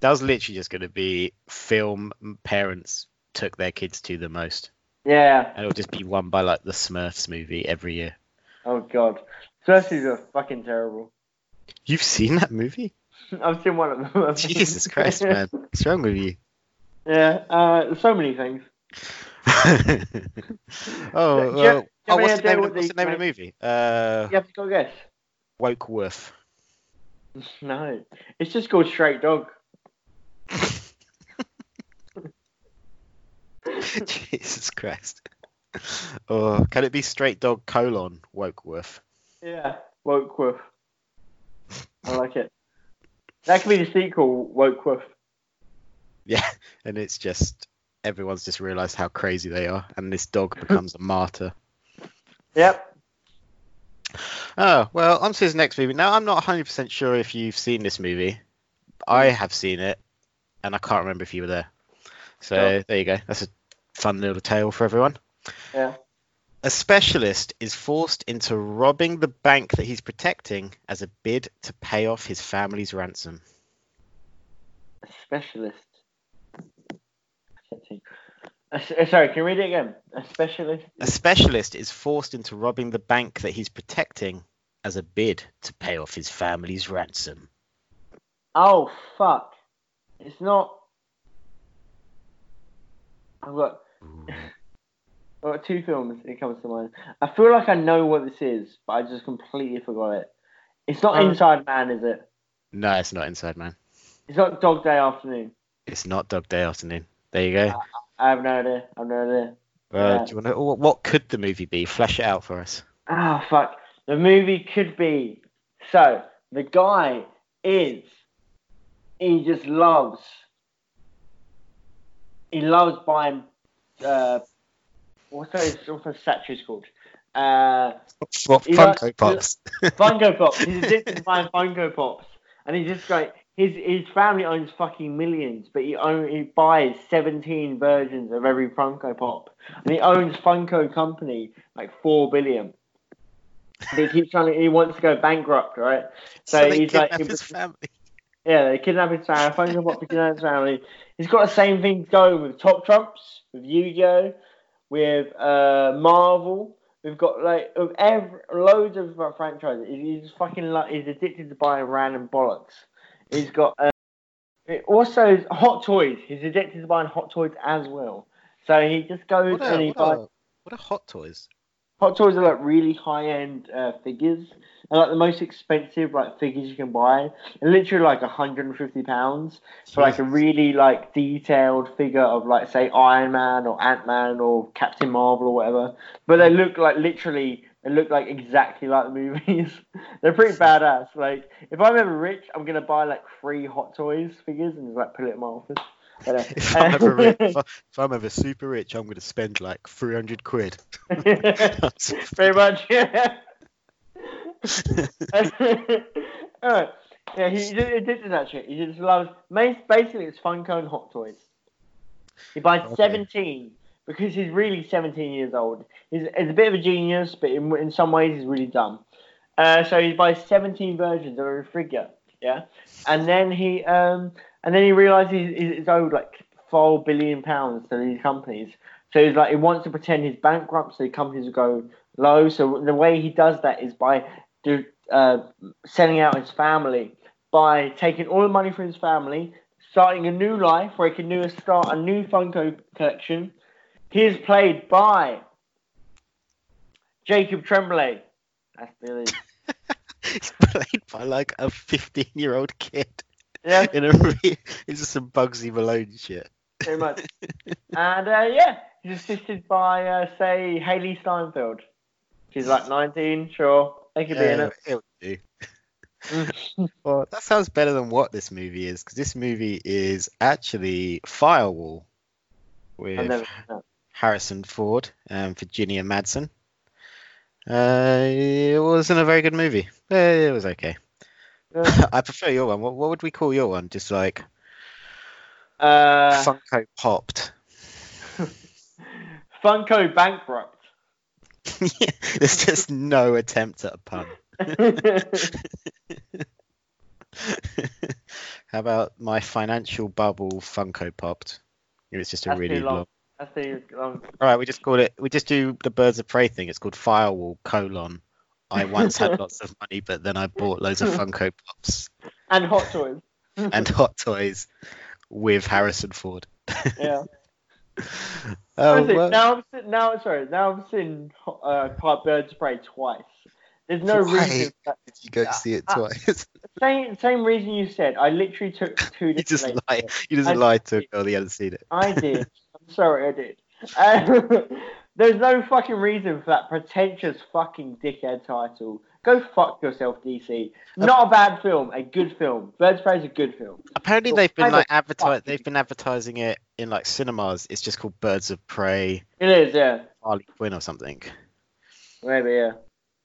[SPEAKER 1] That was literally just going to be film parents took their kids to the most,
[SPEAKER 2] yeah.
[SPEAKER 1] and it'll just be won by like the Smurfs movie every year.
[SPEAKER 2] Oh god, Cersei's are fucking terrible.
[SPEAKER 1] You've seen that movie?
[SPEAKER 2] I've seen one of them.
[SPEAKER 1] Jesus Christ, man! What's wrong with you?
[SPEAKER 2] Yeah, uh, so many things.
[SPEAKER 1] oh,
[SPEAKER 2] you
[SPEAKER 1] well,
[SPEAKER 2] have
[SPEAKER 1] oh, what's,
[SPEAKER 2] any
[SPEAKER 1] the
[SPEAKER 2] idea
[SPEAKER 1] name, of
[SPEAKER 2] what
[SPEAKER 1] the, what's the
[SPEAKER 2] the-
[SPEAKER 1] name of the movie? Uh,
[SPEAKER 2] You have to go guess.
[SPEAKER 1] Woke Wolf.
[SPEAKER 2] No, it's just called Straight Dog.
[SPEAKER 1] Jesus Christ. Oh, can it be Straight Dog colon Woke Wolf?
[SPEAKER 2] Yeah, woke woof. I like it. That could be the sequel, woke woof.
[SPEAKER 1] Yeah, and it's just everyone's just realised how crazy they are, and this dog becomes a martyr.
[SPEAKER 2] Yep.
[SPEAKER 1] Oh well, on to his next movie. Now I'm not 100% sure if you've seen this movie. I
[SPEAKER 2] Mm.
[SPEAKER 1] have seen it, and I can't remember if you were there. So
[SPEAKER 2] Sure.
[SPEAKER 1] there you go. That's a fun little tale for everyone.
[SPEAKER 2] Yeah.
[SPEAKER 1] A specialist is forced into robbing the bank that he's protecting as a bid to pay off his family's ransom.
[SPEAKER 2] Specialist. Uh, Sorry, can you read it again? A specialist.
[SPEAKER 1] A specialist is forced into robbing the bank that he's protecting as a bid to pay off his family's ransom.
[SPEAKER 2] Oh fuck! It's not. I've got. I've got two films. It comes to mind. I feel like I know what this is, but I just completely forgot it. It's not
[SPEAKER 1] Um,
[SPEAKER 2] Inside Man, is it?
[SPEAKER 1] No, it's not Inside Man.
[SPEAKER 2] It's not Dog Day Afternoon.
[SPEAKER 1] It's not Dog Day Afternoon. There you go.
[SPEAKER 2] I have no idea. I have no idea.
[SPEAKER 1] Uh,
[SPEAKER 2] yeah.
[SPEAKER 1] do you want to, what, what could the movie be? Flesh it out for us.
[SPEAKER 2] Ah, fuck. The movie could be. So, the guy is. He just loves. He loves buying. Uh, what's those, what's those statues called? Uh,
[SPEAKER 1] What
[SPEAKER 2] He
[SPEAKER 1] Funko
[SPEAKER 2] likes-
[SPEAKER 1] Pops?
[SPEAKER 2] Funko Pops. He's addicted to buying Funko Pops. And he's just like. His, his family owns fucking millions, but he own, he buys 17 versions of every Funko Pop. And he owns Funko Company like 4 billion. And he keeps trying to, he wants to go bankrupt, right? So
[SPEAKER 1] they
[SPEAKER 2] he's
[SPEAKER 1] kidnap
[SPEAKER 2] like- he
[SPEAKER 1] his
[SPEAKER 2] was-
[SPEAKER 1] family.
[SPEAKER 2] Yeah, they kidnap his family, Funko Pop to kidnap his family. He's got the same thing going with Top Trumps, with Yu Gi Oh!, with uh, Marvel. We've got like of ev loads of uh, franchises. He's, he's fucking like, he's addicted to buying random bollocks. He's got uh, it also is Hot Toys. He's addicted to buying Hot Toys as well. So he just goes
[SPEAKER 1] What
[SPEAKER 2] and
[SPEAKER 1] a,
[SPEAKER 2] he
[SPEAKER 1] what,
[SPEAKER 2] buys.
[SPEAKER 1] a, what a hot toys.
[SPEAKER 2] Hot Toys are like really high end uh, figures. They're like the most expensive like figures you can buy. They're literally like 150 pounds for like a really like detailed figure of like say Iron Man or Ant Man or Captain Marvel or whatever. But they look like literally they look like exactly like the movies. They're pretty badass. Like if I'm ever rich, I'm gonna buy like three Hot Toys figures and just like put it in my office. I don't know.
[SPEAKER 1] If I'm, ever rich, if, I, if I'm ever super rich, I'm going to spend like 300 quid.
[SPEAKER 2] Pretty much, yeah. Alright. Yeah, he, he just he did that shit. He just loves. ma- Basically, it's Funko and Hot Toys. He buys
[SPEAKER 1] Okay.
[SPEAKER 2] 17 because he's really 17 years old. He's, he's a bit of a genius, but in, in some ways, he's really dumb. Uh, so he buys 17 versions of every figure, yeah. And then he um and then he realizes he's, he's owed like four billion pounds to these companies. So he's like he wants to pretend he's bankrupt, so the companies will go low. So the way he does that is by do, uh, selling out his family by taking all the money from his family, starting a new life where he can do a start a new Funko collection. He is played by Jacob Tremblay. That's the
[SPEAKER 1] He's played by like a 15 year old kid
[SPEAKER 2] yeah,
[SPEAKER 1] in a re- It's just some Bugsy Malone shit.
[SPEAKER 2] pretty much. and uh, yeah, he's assisted by uh, say Haley Steinfeld. She's like 19, sure, they could be in
[SPEAKER 1] Yeah,
[SPEAKER 2] it.
[SPEAKER 1] it would do. Well, that sounds better than what this movie is, because this movie is actually Firewall with
[SPEAKER 2] I've never seen that.
[SPEAKER 1] Harrison Ford and Virginia Madsen. Uh, it wasn't a very good movie. Uh, It was okay.
[SPEAKER 2] Yeah.
[SPEAKER 1] I prefer your one. What, what would we call your one? Just like
[SPEAKER 2] Uh,
[SPEAKER 1] Funko popped.
[SPEAKER 2] Funko bankrupt.
[SPEAKER 1] There's just no attempt at a pun. How about my financial bubble Funko popped? It was just a
[SPEAKER 2] That's
[SPEAKER 1] really
[SPEAKER 2] too long.
[SPEAKER 1] long.
[SPEAKER 2] That's the um,
[SPEAKER 1] All right, we just call it. We just do the Birds of Prey thing. It's called Firewall colon. I once had lots of money, but then I bought loads of Funko Pops
[SPEAKER 2] and Hot Toys.
[SPEAKER 1] and Hot Toys with Harrison Ford.
[SPEAKER 2] Yeah.
[SPEAKER 1] Oh,
[SPEAKER 2] Honestly,
[SPEAKER 1] well,
[SPEAKER 2] now I'm se- now sorry. Now I've seen uh, Part Birds Prey twice. There's no
[SPEAKER 1] Why?
[SPEAKER 2] reason. For that.
[SPEAKER 1] did you go see it
[SPEAKER 2] Ah.
[SPEAKER 1] twice?
[SPEAKER 2] Same same reason you said. I literally took two
[SPEAKER 1] you
[SPEAKER 2] different.
[SPEAKER 1] just
[SPEAKER 2] days.
[SPEAKER 1] lie. You just
[SPEAKER 2] I-
[SPEAKER 1] lied to a girl that you hadn't seen it.
[SPEAKER 2] I did. I'm sorry, I did. Um, there's no fucking reason for that pretentious fucking dickhead title. Go fuck yourself, DC. Not a bad film, a good film. Birds of Prey is a good film.
[SPEAKER 1] Apparently,
[SPEAKER 2] Well,
[SPEAKER 1] they've been
[SPEAKER 2] kind
[SPEAKER 1] like
[SPEAKER 2] fucking-
[SPEAKER 1] advertised. They've been advertising it in like cinemas. It's just called Birds of Prey,
[SPEAKER 2] It is, yeah.
[SPEAKER 1] Harley Quinn or something.
[SPEAKER 2] Maybe, yeah.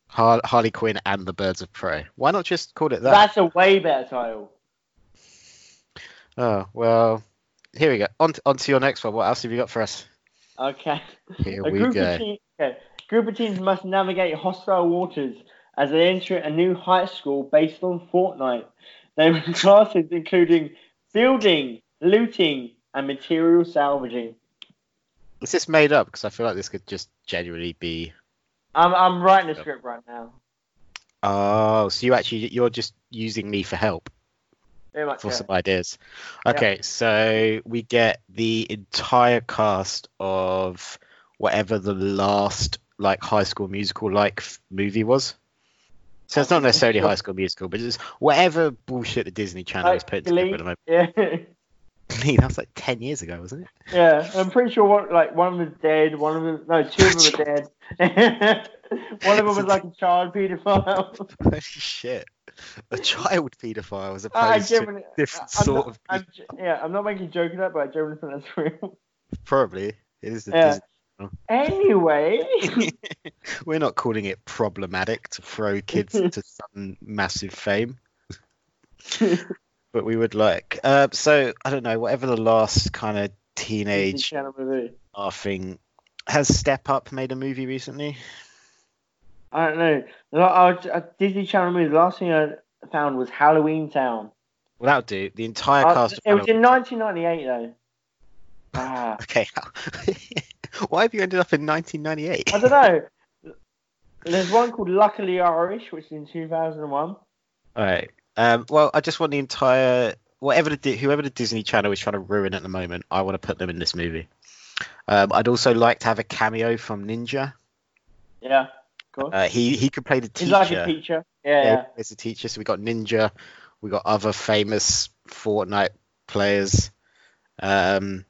[SPEAKER 1] Har- Harley Quinn and the Birds of Prey. Why not just call it that?
[SPEAKER 2] That's a way better title.
[SPEAKER 1] Oh well, here we go. On to, on to your next one. What else have you got for us?
[SPEAKER 2] Okay.
[SPEAKER 1] Here
[SPEAKER 2] A
[SPEAKER 1] we
[SPEAKER 2] group,
[SPEAKER 1] go.
[SPEAKER 2] of teen, okay. group of teens must navigate hostile waters as they enter a new high school based on Fortnite. They run classes including building, looting, and material salvaging.
[SPEAKER 1] Is this made up? Because I feel like this could just genuinely be.
[SPEAKER 2] I'm, I'm writing a
[SPEAKER 1] Yep.
[SPEAKER 2] script right now.
[SPEAKER 1] Oh, so you actually you're just using me for help.
[SPEAKER 2] Very much.
[SPEAKER 1] for
[SPEAKER 2] yeah.
[SPEAKER 1] some ideas.
[SPEAKER 2] Yeah.
[SPEAKER 1] Okay, so we get the entire cast of whatever the last like High School Musical like f- movie was. So it's not necessarily High School Musical, but it's whatever bullshit the Disney Channel is
[SPEAKER 2] Like
[SPEAKER 1] putting
[SPEAKER 2] Glee.
[SPEAKER 1] together. at the moment.
[SPEAKER 2] Yeah,
[SPEAKER 1] Glee, That was like ten years ago, wasn't it?
[SPEAKER 2] yeah. I'm pretty sure one, like one of them was dead. One of them, no, two of them were dead. one of them was like a child paedophile.
[SPEAKER 1] Holy shit! A child paedophile as
[SPEAKER 2] I
[SPEAKER 1] opposed to
[SPEAKER 2] Ah, generally,
[SPEAKER 1] different
[SPEAKER 2] I'm
[SPEAKER 1] sort
[SPEAKER 2] not,
[SPEAKER 1] of
[SPEAKER 2] I'm, ge- yeah, I'm not making a joke of that, but I generally think that's real.
[SPEAKER 1] probably. It is the
[SPEAKER 2] Yeah.
[SPEAKER 1] Disney
[SPEAKER 2] Anyway,
[SPEAKER 1] We're not calling it problematic to throw kids to some massive fame. but we would like. Uh, so, I don't know, whatever the last kind of
[SPEAKER 2] Disney
[SPEAKER 1] teenage
[SPEAKER 2] Channel movie.
[SPEAKER 1] laughing. Has Step Up made a movie recently?
[SPEAKER 2] I don't know. The la- I was- uh, Disney Channel movie. The last thing I found was Halloween Town.
[SPEAKER 1] Well, that'll do. The entire
[SPEAKER 2] Uh,
[SPEAKER 1] cast of
[SPEAKER 2] it was
[SPEAKER 1] Halloween-
[SPEAKER 2] in 1998 though. Ah,
[SPEAKER 1] Okay. Why have you ended up in 1998?
[SPEAKER 2] I don't know. There's one called Luckily Irish, which is in 2001.
[SPEAKER 1] All right. Um, well, I just want the entire whatever the Di- whoever the Disney Channel is trying to ruin at the moment. I want to put them in this movie. Um, I'd also like to have a cameo from Ninja.
[SPEAKER 2] Yeah, cool.
[SPEAKER 1] Uh, he he could play the teacher.
[SPEAKER 2] He's like a teacher. Yeah, yeah.
[SPEAKER 1] It's a teacher. So we got Ninja. We got other famous Fortnite players. Um,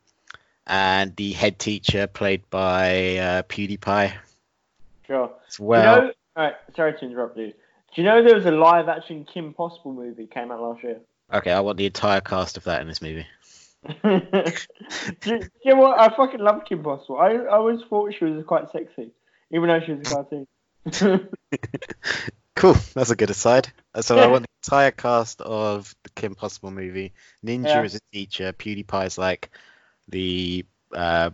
[SPEAKER 1] and the head teacher played by uh, PewDiePie
[SPEAKER 2] sure.
[SPEAKER 1] as well.
[SPEAKER 2] You know, all right, sorry to interrupt you. Do you know there was a live action Kim Possible movie came out last year?
[SPEAKER 1] Okay, I want the entire cast of that in this movie.
[SPEAKER 2] do, you- do you know what? I fucking love Kim Possible. I, I always thought she was quite sexy, even though she was a cartoon.
[SPEAKER 1] Cool. That's a good aside. Uh, So
[SPEAKER 2] Yeah.
[SPEAKER 1] I want the entire cast of the Kim Possible movie. Ninja
[SPEAKER 2] Yeah.
[SPEAKER 1] is a teacher. PewDiePie is like the uh,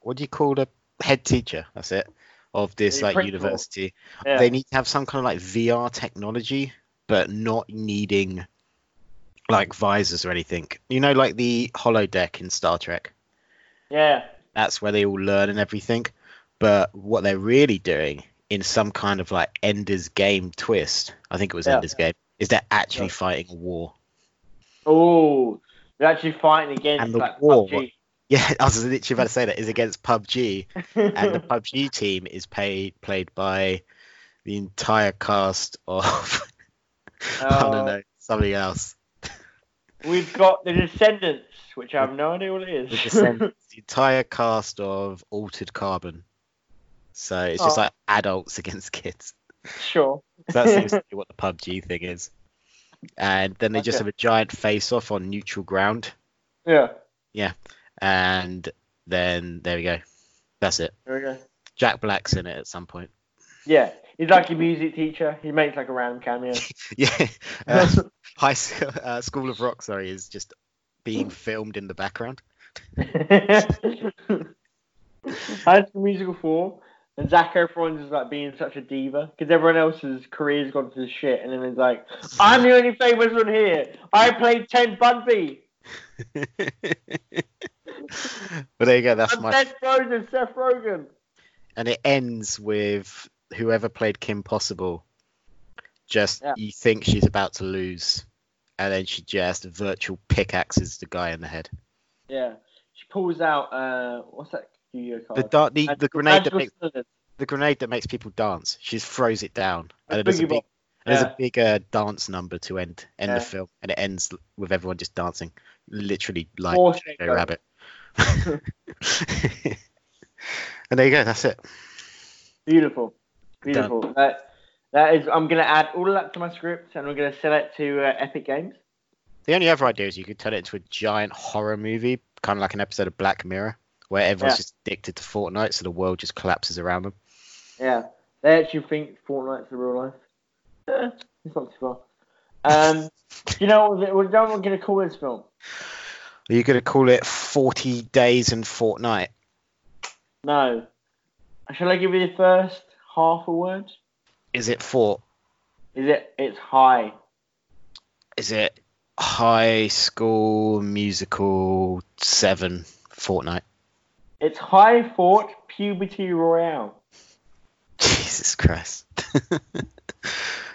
[SPEAKER 1] what do you call the head teacher? That's it of this
[SPEAKER 2] The
[SPEAKER 1] like
[SPEAKER 2] principal.
[SPEAKER 1] university.
[SPEAKER 2] yeah.
[SPEAKER 1] They need to have some kind of like VR technology, but not needing like visors or anything. You know, like the holodeck in Star Trek
[SPEAKER 2] yeah.
[SPEAKER 1] that's where they all learn and everything. But what they're really doing in some kind of like Ender's Game twist, I think it was
[SPEAKER 2] Yeah.
[SPEAKER 1] Ender's Game, is they're actually
[SPEAKER 2] Yeah.
[SPEAKER 1] fighting a war.
[SPEAKER 2] Oh, they're actually fighting against
[SPEAKER 1] And the
[SPEAKER 2] like
[SPEAKER 1] war.
[SPEAKER 2] PUBG.
[SPEAKER 1] Yeah, I was literally about to say that is against PUBG, and the PUBG team is paid played by the entire cast of I
[SPEAKER 2] Uh,
[SPEAKER 1] don't know something else.
[SPEAKER 2] We've got the Descendants, which I have no idea what it
[SPEAKER 1] The,
[SPEAKER 2] is.
[SPEAKER 1] Descendants, the entire cast of Altered Carbon. So it's just
[SPEAKER 2] Oh.
[SPEAKER 1] like adults against kids.
[SPEAKER 2] sure.
[SPEAKER 1] So that seems to be what the PUBG thing is. And then they just
[SPEAKER 2] Okay.
[SPEAKER 1] have a giant face off on neutral ground.
[SPEAKER 2] Yeah.
[SPEAKER 1] And then there we go. That's it.
[SPEAKER 2] There we go.
[SPEAKER 1] Jack Black's in it at some point.
[SPEAKER 2] Yeah. He's like a music teacher. He makes like a random cameo.
[SPEAKER 1] Yeah. Uh, high school, uh, School of Rock, sorry, is just being filmed in the background.
[SPEAKER 2] High School Musical 4. And Zac Efron is like being such a diva because everyone else's career's gone to shit, and then he's like, "I'm the only famous one here. I played Ted Bundy.
[SPEAKER 1] but there you go. That's
[SPEAKER 2] I'm
[SPEAKER 1] my.
[SPEAKER 2] Seth Rogen. Seth Rogen.
[SPEAKER 1] And it ends with whoever played Kim Possible. Just
[SPEAKER 2] Yeah.
[SPEAKER 1] you think she's about to lose, and then she just virtual pickaxes the guy in the head.
[SPEAKER 2] Yeah, she pulls out uh, what's that studio
[SPEAKER 1] The
[SPEAKER 2] card?
[SPEAKER 1] da- the, the
[SPEAKER 2] Magical-
[SPEAKER 1] grenade that
[SPEAKER 2] Magical
[SPEAKER 1] makes
[SPEAKER 2] Cylinder.
[SPEAKER 1] the grenade that makes people dance. She just throws it down,
[SPEAKER 2] The
[SPEAKER 1] and it does a
[SPEAKER 2] boogie
[SPEAKER 1] big,
[SPEAKER 2] bomb.
[SPEAKER 1] and there's
[SPEAKER 2] Yeah.
[SPEAKER 1] a big uh, dance number to end end
[SPEAKER 2] Yeah.
[SPEAKER 1] the film, and it ends l- with everyone just dancing, literally like
[SPEAKER 2] Or
[SPEAKER 1] Joe
[SPEAKER 2] Shaco.
[SPEAKER 1] Rabbit. and there you go. That's it.
[SPEAKER 2] Beautiful, beautiful. That that is. I'm gonna add all of that to my script, and we're gonna sell it to uh, Epic Games.
[SPEAKER 1] The only other idea is you could turn it into a giant horror movie, kind of like an episode of Black Mirror, where everyone's
[SPEAKER 2] Yeah.
[SPEAKER 1] just addicted to Fortnite, so the world just collapses around them.
[SPEAKER 2] Yeah, they actually think Fortnite's the real life. Eh, it's not too far. Um, do you know what we're what I'm gonna call this film?
[SPEAKER 1] Are you going to call it 40 Days in Fortnite?
[SPEAKER 2] No. Shall I give you the first half a word?
[SPEAKER 1] Is it Fort?
[SPEAKER 2] Is it? It's high.
[SPEAKER 1] is it High School Musical Seven Fortnite?
[SPEAKER 2] It's high fort puberty royale.
[SPEAKER 1] Jesus Christ,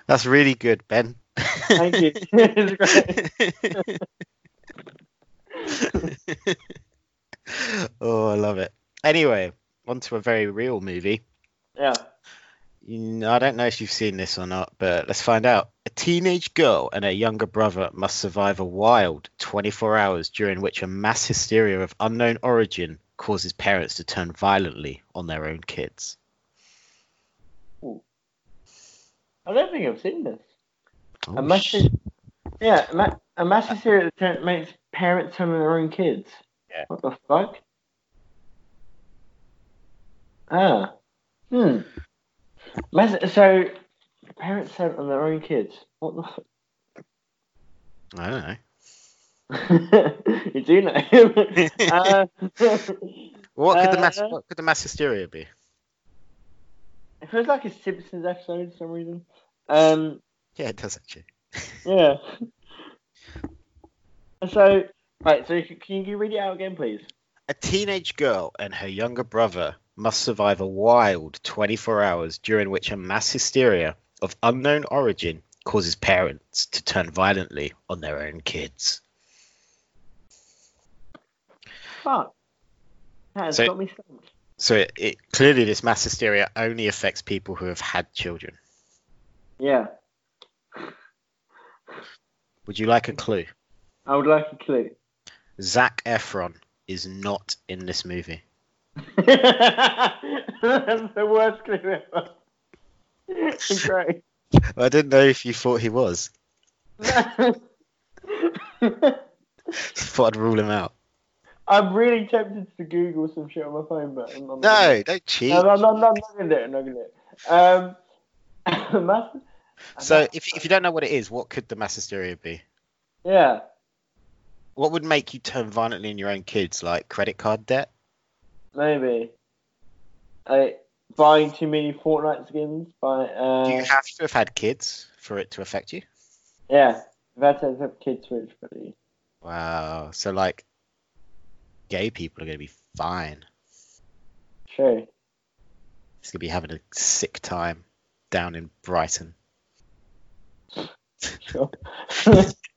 [SPEAKER 1] that's really good, Ben.
[SPEAKER 2] Thank you. It's great.
[SPEAKER 1] oh, I love it. Anyway, on to a very real movie.
[SPEAKER 2] Yeah.
[SPEAKER 1] You- I don't know if you've seen this or not, but let's find out. A teenage girl and her younger brother must survive a wild 24 hours during which a mass hysteria of unknown origin causes parents to turn violently on their own kids.
[SPEAKER 2] I don't think I've seen this.
[SPEAKER 1] Oh,
[SPEAKER 2] A mass-
[SPEAKER 1] shit.
[SPEAKER 2] Yeah, a ma- a
[SPEAKER 1] Uh.
[SPEAKER 2] massive series that turn- makes parents turn on their own kids.
[SPEAKER 1] Yeah.
[SPEAKER 2] What the fuck? Ah. Hmm. Mass- so, parents turn on their own kids. What the fuck?
[SPEAKER 1] I don't know.
[SPEAKER 2] you do know. uh,
[SPEAKER 1] What could the mass?
[SPEAKER 2] Uh,
[SPEAKER 1] What could the mass hysteria be?
[SPEAKER 2] It feels like a Simpsons episode for some reason. Um,
[SPEAKER 1] Yeah, it does actually.
[SPEAKER 2] yeah. so, right, so c- can you read it out again, please?
[SPEAKER 1] A teenage girl and her younger brother must survive a wild 24 hours during which a mass hysteria of unknown origin causes parents to turn violently on their own kids.
[SPEAKER 2] Fuck. That has
[SPEAKER 1] So-
[SPEAKER 2] got me stumped.
[SPEAKER 1] So it, it clearly this mass hysteria only affects people who have had children.
[SPEAKER 2] Yeah,
[SPEAKER 1] Would you like a clue?
[SPEAKER 2] I would like a clue.
[SPEAKER 1] Zach Efron is not in this movie.
[SPEAKER 2] That's the worst clue ever. Great.
[SPEAKER 1] I didn't know if you thought he was. Thought I'd rule him out.
[SPEAKER 2] I'm really tempted to Google some shit on my phone, but I'm not.
[SPEAKER 1] No, don't cheat.
[SPEAKER 2] No, no, no, no, I'm not gonna do it. I'm not gonna do it. Um, mass-
[SPEAKER 1] So if, you- if you don't know what it is, what could the mass hysteria be?
[SPEAKER 2] yeah,
[SPEAKER 1] What would make you turn violently on your own kids? Like credit card debt?
[SPEAKER 2] maybe. I buying too many Fortnite skins. By uh,
[SPEAKER 1] Do you have to have had kids for it to affect you?
[SPEAKER 2] yeah, that's that's up kids switch pretty.
[SPEAKER 1] Wow. So like, gay people are gonna be fine.
[SPEAKER 2] Sure.
[SPEAKER 1] It's gonna be having a sick time down in Brighton.
[SPEAKER 2] Sure.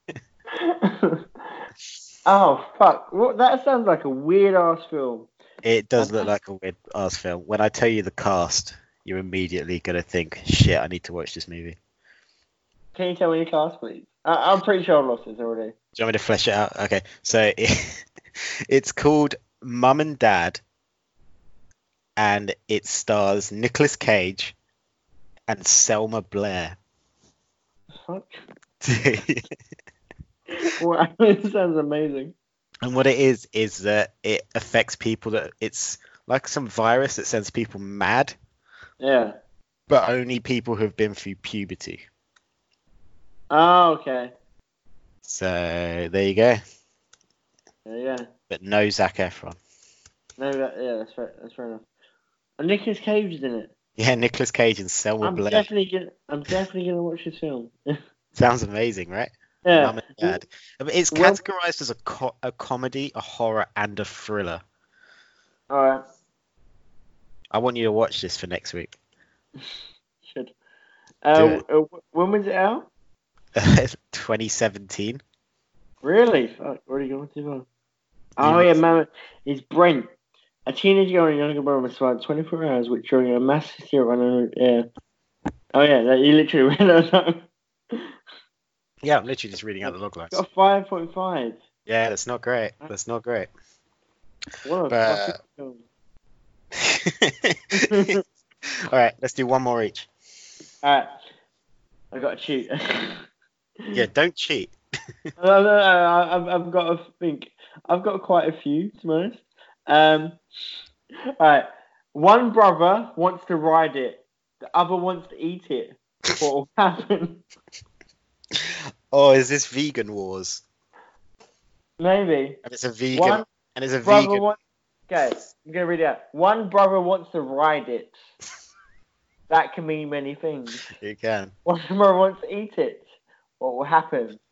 [SPEAKER 2] oh fuck! What that sounds like a weird ass film.
[SPEAKER 1] It does look like a weird ass film. When I tell you the cast, you're immediately gonna think, "Shit, I need to watch this movie."
[SPEAKER 2] Can you tell me your class, please? I, I'm pretty sure I've lost this already.
[SPEAKER 1] Do you want me to flesh it out? Okay, so it, it's called Mum and Dad, and it stars Nicolas Cage and Selma Blair.
[SPEAKER 2] Fuck.
[SPEAKER 1] and
[SPEAKER 2] Wow, it sounds amazing.
[SPEAKER 1] what it is is that it affects people. That it's like some virus that sends people mad,
[SPEAKER 2] Yeah.
[SPEAKER 1] but only people who have been through puberty.
[SPEAKER 2] Oh, okay.
[SPEAKER 1] So there you go.
[SPEAKER 2] Yeah, yeah.
[SPEAKER 1] But no Zac Efron.
[SPEAKER 2] No, that, yeah, that's fair. That's fair enough. And Nicolas Cage is in it.
[SPEAKER 1] Yeah, Nicolas Cage and Selma
[SPEAKER 2] I'm
[SPEAKER 1] Blair.
[SPEAKER 2] definitely gonna. I'm definitely gonna watch this film.
[SPEAKER 1] Sounds amazing, right?
[SPEAKER 2] yeah.
[SPEAKER 1] Mum and Dad. I mean, it's
[SPEAKER 2] Well-
[SPEAKER 1] categorized as a, co- a comedy, a horror, and a thriller.
[SPEAKER 2] All right.
[SPEAKER 1] I want you to watch this for next week.
[SPEAKER 2] Should. Uh,
[SPEAKER 1] it.
[SPEAKER 2] w- uh, when was it out?
[SPEAKER 1] 2017.
[SPEAKER 2] Really? Fuck. Already gone too long.
[SPEAKER 1] Yeah.
[SPEAKER 2] Oh yeah, man. It's Brent. A teenage girl and a younger brother was survived 24 hours, which during a mass hysteria on her, yeah. Oh yeah, that, you literally read that. down.
[SPEAKER 1] Yeah, I'm literally just reading out the log lines.
[SPEAKER 2] Got a 5.5.
[SPEAKER 1] Yeah, that's not great. That's not great.
[SPEAKER 2] What a
[SPEAKER 1] But-
[SPEAKER 2] fucking film.
[SPEAKER 1] All right, let's do one more each.
[SPEAKER 2] All right. I got to cheat.
[SPEAKER 1] Yeah, don't cheat.
[SPEAKER 2] No, no, no, I- I've, I've got to think. I've got quite a few, to be honest. Um, all right. One brother wants to ride it. The other wants to eat it. What will happen?
[SPEAKER 1] Oh, is this vegan wars?
[SPEAKER 2] Maybe.
[SPEAKER 1] And it's a vegan.
[SPEAKER 2] One
[SPEAKER 1] and it's a
[SPEAKER 2] brother
[SPEAKER 1] vegan.
[SPEAKER 2] wants. Okay, I'm gonna read it out. One brother wants to ride it. That can mean many things.
[SPEAKER 1] You can.
[SPEAKER 2] One brother wants to eat it. What will happen?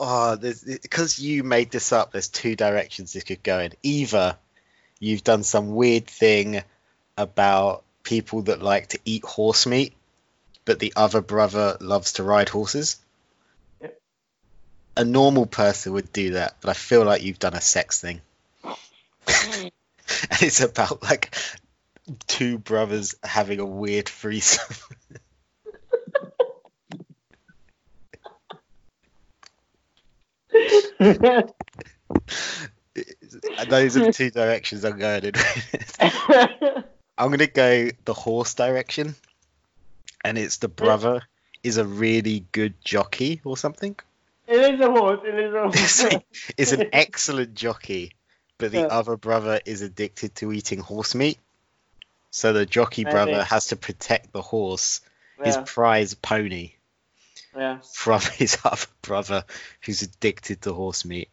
[SPEAKER 1] Oh, because you made this up, there's two directions this could go in. Either you've done some weird thing about people that like to eat horse meat, but the other brother loves to ride horses.
[SPEAKER 2] Yep.
[SPEAKER 1] A normal person would do that, but I feel like you've done a sex thing. and it's about like two brothers having a weird threesome. Those are the two directions I'm going in. I'm gonna go the horse direction, and it's the brother is a really good jockey or something.
[SPEAKER 2] it is a horse. It is a
[SPEAKER 1] It's,
[SPEAKER 2] horse.
[SPEAKER 1] it's an excellent jockey, but the
[SPEAKER 2] Yeah.
[SPEAKER 1] other brother is addicted to eating horse meat. So the jockey
[SPEAKER 2] Maybe.
[SPEAKER 1] brother has to protect the horse, his
[SPEAKER 2] yeah,
[SPEAKER 1] prize pony,
[SPEAKER 2] yeah.
[SPEAKER 1] from his other brother who's addicted to horse meat.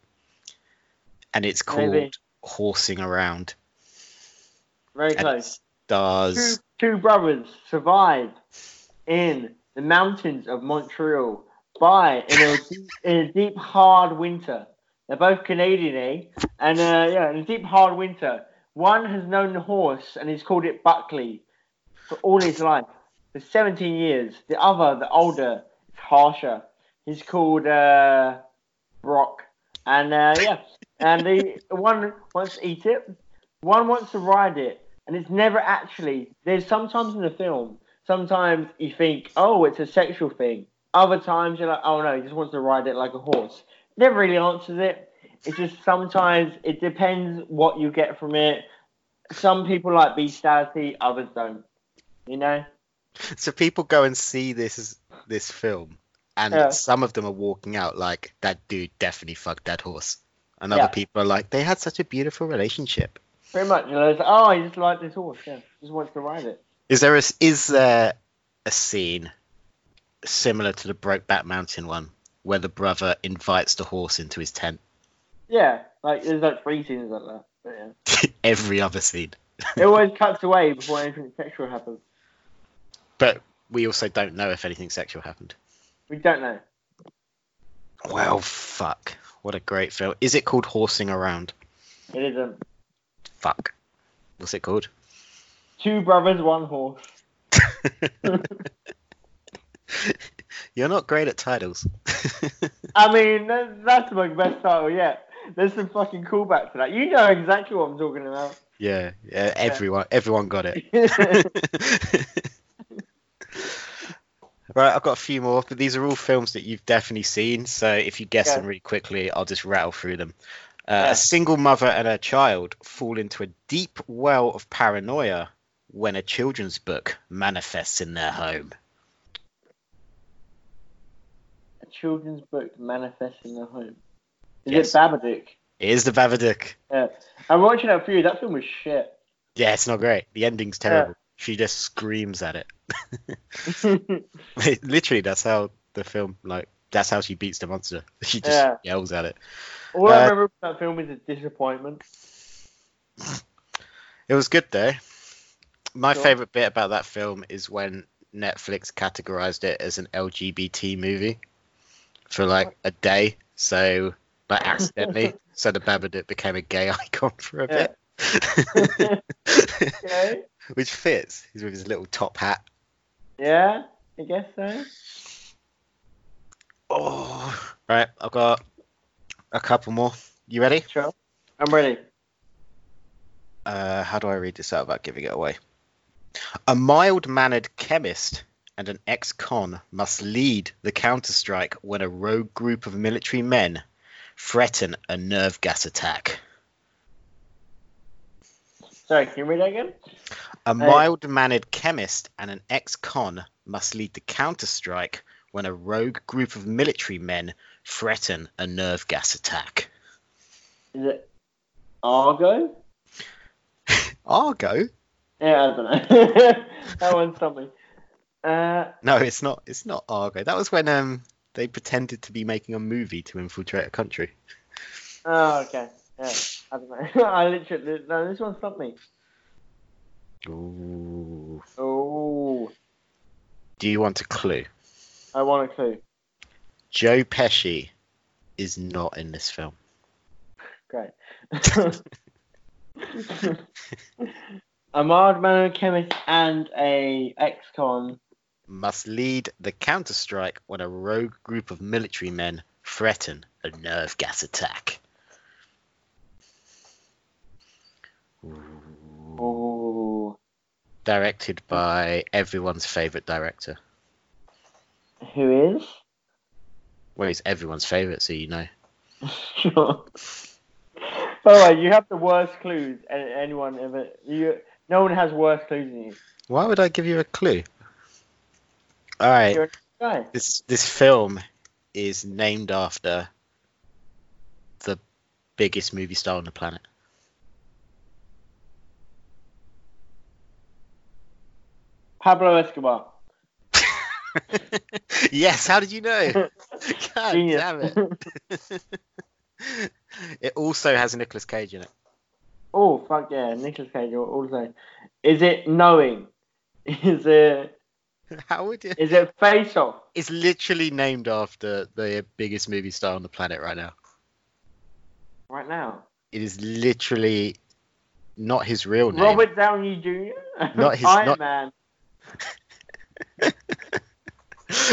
[SPEAKER 1] And it's called
[SPEAKER 2] Maybe.
[SPEAKER 1] Horsing Around.
[SPEAKER 2] Very
[SPEAKER 1] And it
[SPEAKER 2] close. Two,
[SPEAKER 1] stars.
[SPEAKER 2] two brothers survive in the mountains of Montreal by in a deep, in a deep hard winter. They're both Canadian, eh? And uh, yeah, in a deep hard winter, one has known the horse and he's called it Buckley for all his life, for 17 years. The other, the older, is harsher. He's called uh, Brock. And uh, yeah, and the one wants to eat it, one wants to ride it, and it's never actually. There's sometimes in the film, sometimes you think, oh, it's a sexual thing. Other times you're like, oh no, he just wants to ride it like a horse. Never really answers it. It's just sometimes it depends what you get from it. Some people like bestiality, others don't. You know?
[SPEAKER 1] So people go and see this this film, and
[SPEAKER 2] Yeah.
[SPEAKER 1] some of them are walking out like that dude definitely fucked that horse, and other
[SPEAKER 2] Yeah.
[SPEAKER 1] people are like they had such a beautiful relationship.
[SPEAKER 2] Pretty much. You know, it's like, oh, he just liked this horse. Yeah, just wants to ride it.
[SPEAKER 1] Is there a, is there a scene similar to the Brokeback Mountain one where the brother invites the horse into his tent?
[SPEAKER 2] Yeah, like there's like three scenes like that. But yeah.
[SPEAKER 1] Every other scene,
[SPEAKER 2] It always cuts away before anything sexual happens.
[SPEAKER 1] but we also don't know if anything sexual happened.
[SPEAKER 2] We don't know.
[SPEAKER 1] Well, fuck! What a great film. Is it called Horsing Around?
[SPEAKER 2] It isn't.
[SPEAKER 1] Fuck. What's it called?
[SPEAKER 2] Two brothers, one horse.
[SPEAKER 1] You're not great at titles.
[SPEAKER 2] I mean, that, that's my best title yet. There's some fucking callback to that. You know exactly what I'm talking about.
[SPEAKER 1] yeah, yeah, everyone, everyone got it. right, I've got a few more, but these are all films that you've definitely seen. So if you guess
[SPEAKER 2] Yeah.
[SPEAKER 1] them really quickly, I'll just rattle through them. Uh,
[SPEAKER 2] Yeah.
[SPEAKER 1] A single mother and her child fall into a deep well of paranoia when a children's book manifests in their home.
[SPEAKER 2] A children's book manifests in the home. Is
[SPEAKER 1] Yes.
[SPEAKER 2] it Babadook?
[SPEAKER 1] Here's the Babadook.
[SPEAKER 2] Yeah. I'm watching that for you. That film was shit.
[SPEAKER 1] Yeah, it's not great. The ending's
[SPEAKER 2] Yeah.
[SPEAKER 1] terrible. She just screams at it. Literally, that's how the film like. That's how she beats the monster. She just
[SPEAKER 2] Yeah.
[SPEAKER 1] yells at it.
[SPEAKER 2] All I
[SPEAKER 1] Uh,
[SPEAKER 2] remember from that film is a disappointment.
[SPEAKER 1] It was good though. My
[SPEAKER 2] Sure.
[SPEAKER 1] favorite bit about that film is when Netflix categorized it as an LGBT movie for like a day. So, like accidentally, so the Babadook became a gay icon for a
[SPEAKER 2] Yeah.
[SPEAKER 1] bit,
[SPEAKER 2] Okay.
[SPEAKER 1] which fits. He's with his little top hat.
[SPEAKER 2] Yeah, I guess so.
[SPEAKER 1] Oh, right. I've got a couple more. You ready?
[SPEAKER 2] Sure. I'm ready.
[SPEAKER 1] Uh, how do I read this out without giving it away? A mild mannered chemist and an ex con must lead the counterstrike when a rogue group of military men threaten a nerve gas attack.
[SPEAKER 2] Sorry, can you read that again?
[SPEAKER 1] A mild mannered chemist and an ex con must lead the counterstrike when a rogue group of military men threaten a nerve gas attack.
[SPEAKER 2] Is it Argo?
[SPEAKER 1] Argo?
[SPEAKER 2] Yeah, I don't know. that one's something. Uh,
[SPEAKER 1] No, it's not. It's not Argo. That was when um they pretended to be making a movie to infiltrate a country.
[SPEAKER 2] oh, okay. Yeah, I don't know. I literally no, this one's something.
[SPEAKER 1] Ooh.
[SPEAKER 2] Oh,
[SPEAKER 1] Do you want a clue?
[SPEAKER 2] I want a clue.
[SPEAKER 1] Joe Pesci is not in this film.
[SPEAKER 2] Great. a mild mannered chemist and a ex-con
[SPEAKER 1] must lead the counterstrike when a rogue group of military men threaten a nerve gas attack.
[SPEAKER 2] Ooh.
[SPEAKER 1] Directed by everyone's favourite director.
[SPEAKER 2] Who is?
[SPEAKER 1] Well, he's everyone's favourite, so you know.
[SPEAKER 2] Sure. By the way, you have the worst clues a- anyone ever. You, no one has worse clues than you.
[SPEAKER 1] Why would I give you a clue? All right,
[SPEAKER 2] You're a guy.
[SPEAKER 1] this this film is named after the biggest movie star on the planet.
[SPEAKER 2] Pablo Escobar.
[SPEAKER 1] yes, how did you know? God
[SPEAKER 2] Genius.
[SPEAKER 1] damn it. it also has Nicolas Cage in it.
[SPEAKER 2] Oh fuck yeah, Nicholas Cage also. Is it knowing? Is it
[SPEAKER 1] How would you?
[SPEAKER 2] is it face off?
[SPEAKER 1] It's literally named after the biggest movie star on the planet right now.
[SPEAKER 2] Right now.
[SPEAKER 1] It is literally not his real name.
[SPEAKER 2] Robert Downey Jr.
[SPEAKER 1] Oh, Not his-
[SPEAKER 2] Iron
[SPEAKER 1] not-
[SPEAKER 2] Man.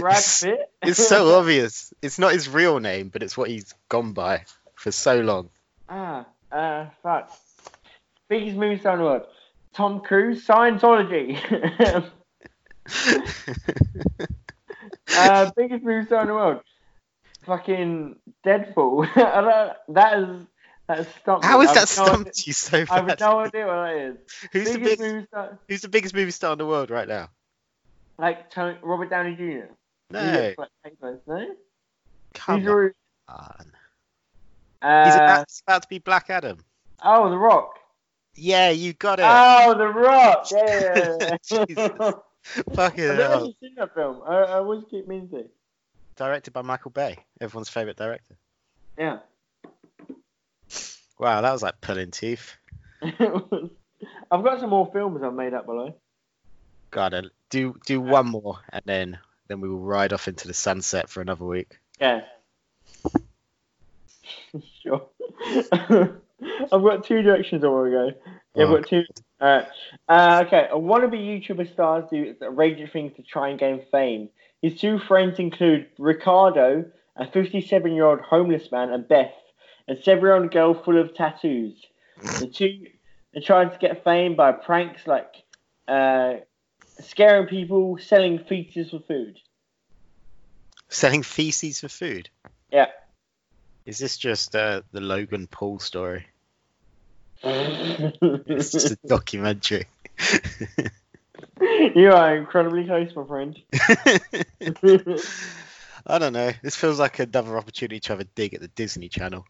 [SPEAKER 2] Brad
[SPEAKER 1] it's,
[SPEAKER 2] Pitt.
[SPEAKER 1] it's so obvious. It's not his real name, but it's what he's gone by for so long.
[SPEAKER 2] ah, uh, fuck. Biggest movie star in the world. Tom Cruise, Scientology. uh, biggest movie star in the world. Fucking Deadpool. I don't, that is that's stumped. me.
[SPEAKER 1] How
[SPEAKER 2] I
[SPEAKER 1] has that
[SPEAKER 2] have no idea-
[SPEAKER 1] stumped you so
[SPEAKER 2] I have
[SPEAKER 1] fast?
[SPEAKER 2] no idea what that is.
[SPEAKER 1] Who's the
[SPEAKER 2] biggest
[SPEAKER 1] big,
[SPEAKER 2] movie star,
[SPEAKER 1] Who's the biggest movie star in the world right now?
[SPEAKER 2] like Tony, Robert Downey Jr. He
[SPEAKER 1] No,
[SPEAKER 2] looks like Taylor, no? He's
[SPEAKER 1] come
[SPEAKER 2] already-
[SPEAKER 1] on. He's
[SPEAKER 2] uh,
[SPEAKER 1] about, he's about to be Black Adam.
[SPEAKER 2] oh, The Rock.
[SPEAKER 1] Yeah, you got it.
[SPEAKER 2] Oh, The Rock. Yeah.
[SPEAKER 1] Jesus. Fucking
[SPEAKER 2] I've never
[SPEAKER 1] hell.
[SPEAKER 2] actually seen that film. I, I always keep meaning to.
[SPEAKER 1] Directed by Michael Bay, everyone's favorite director.
[SPEAKER 2] Yeah.
[SPEAKER 1] Wow, that was like pulling teeth.
[SPEAKER 2] I've got some more films I've made up below.
[SPEAKER 1] God, I- do do one more, and then then we will ride off into the sunset for another week.
[SPEAKER 2] Yeah. sure. I've got two directions I want to go. Yeah, I've
[SPEAKER 1] Oh,
[SPEAKER 2] got two. Alright. Uh, okay. A wannabe YouTuber stars do a range of things to try and gain fame. His two friends include Ricardo, a 57 year old homeless man, and Beth, a seven year old girl full of tattoos. The two are trying to get fame by pranks like uh, scaring people, selling features for food.
[SPEAKER 1] Selling feces for food.
[SPEAKER 2] Yeah.
[SPEAKER 1] Is this just uh, the Logan Paul story? It's just a documentary.
[SPEAKER 2] you are incredibly close, my friend.
[SPEAKER 1] I don't know. This feels like another opportunity to have a dig at the Disney Channel.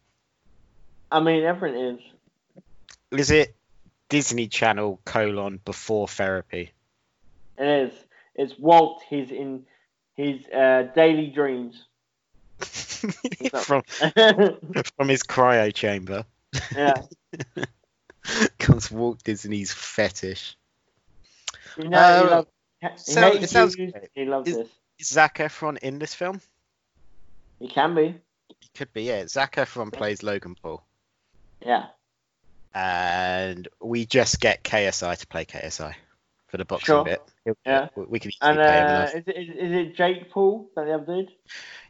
[SPEAKER 2] I mean, everyone is.
[SPEAKER 1] Is it Disney Channel colon before therapy?
[SPEAKER 2] It is. It's Walt. He's in his uh, daily dreams. that-
[SPEAKER 1] from
[SPEAKER 2] yeah.
[SPEAKER 1] from his cryo chamber comes Walt Disney's fetish.
[SPEAKER 2] You know, he
[SPEAKER 1] Uh,
[SPEAKER 2] loves, he
[SPEAKER 1] so
[SPEAKER 2] hates
[SPEAKER 1] it sounds
[SPEAKER 2] you,
[SPEAKER 1] great.
[SPEAKER 2] He loves
[SPEAKER 1] Is-
[SPEAKER 2] this.
[SPEAKER 1] Is Zac Efron in this film?
[SPEAKER 2] He can be.
[SPEAKER 1] He could be, yeah. Zac Efron plays Logan Paul.
[SPEAKER 2] Yeah.
[SPEAKER 1] And we just get KSI to play KSI for the boxing
[SPEAKER 2] Sure.
[SPEAKER 1] bit.
[SPEAKER 2] Yeah.
[SPEAKER 1] We, we can easily
[SPEAKER 2] And
[SPEAKER 1] pay him
[SPEAKER 2] uh,
[SPEAKER 1] enough.
[SPEAKER 2] is, it, is, is it Jake Paul that the other dude?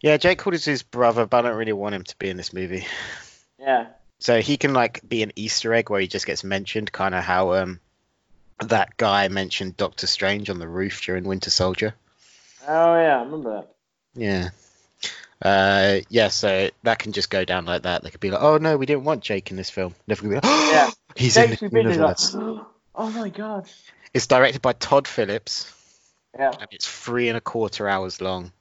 [SPEAKER 1] Yeah, Jake Paul is his brother, but I don't really want him to be in this movie.
[SPEAKER 2] Yeah.
[SPEAKER 1] So he can like be an Easter egg where he just gets mentioned, kind of how um that guy mentioned Doctor Strange on the roof during Winter Soldier.
[SPEAKER 2] Oh yeah, I remember that.
[SPEAKER 1] Yeah. Uh, yeah, so that can just go down like that. They could be like, "Oh no, we didn't want Jake in this film." Never gonna be like, "Oh,
[SPEAKER 2] Yeah.
[SPEAKER 1] he's
[SPEAKER 2] Jake's
[SPEAKER 1] in
[SPEAKER 2] been
[SPEAKER 1] the
[SPEAKER 2] busy, like,
[SPEAKER 1] universe."
[SPEAKER 2] oh my god.
[SPEAKER 1] It's directed by Todd Phillips,
[SPEAKER 2] Yeah.
[SPEAKER 1] and it's three and a quarter hours long,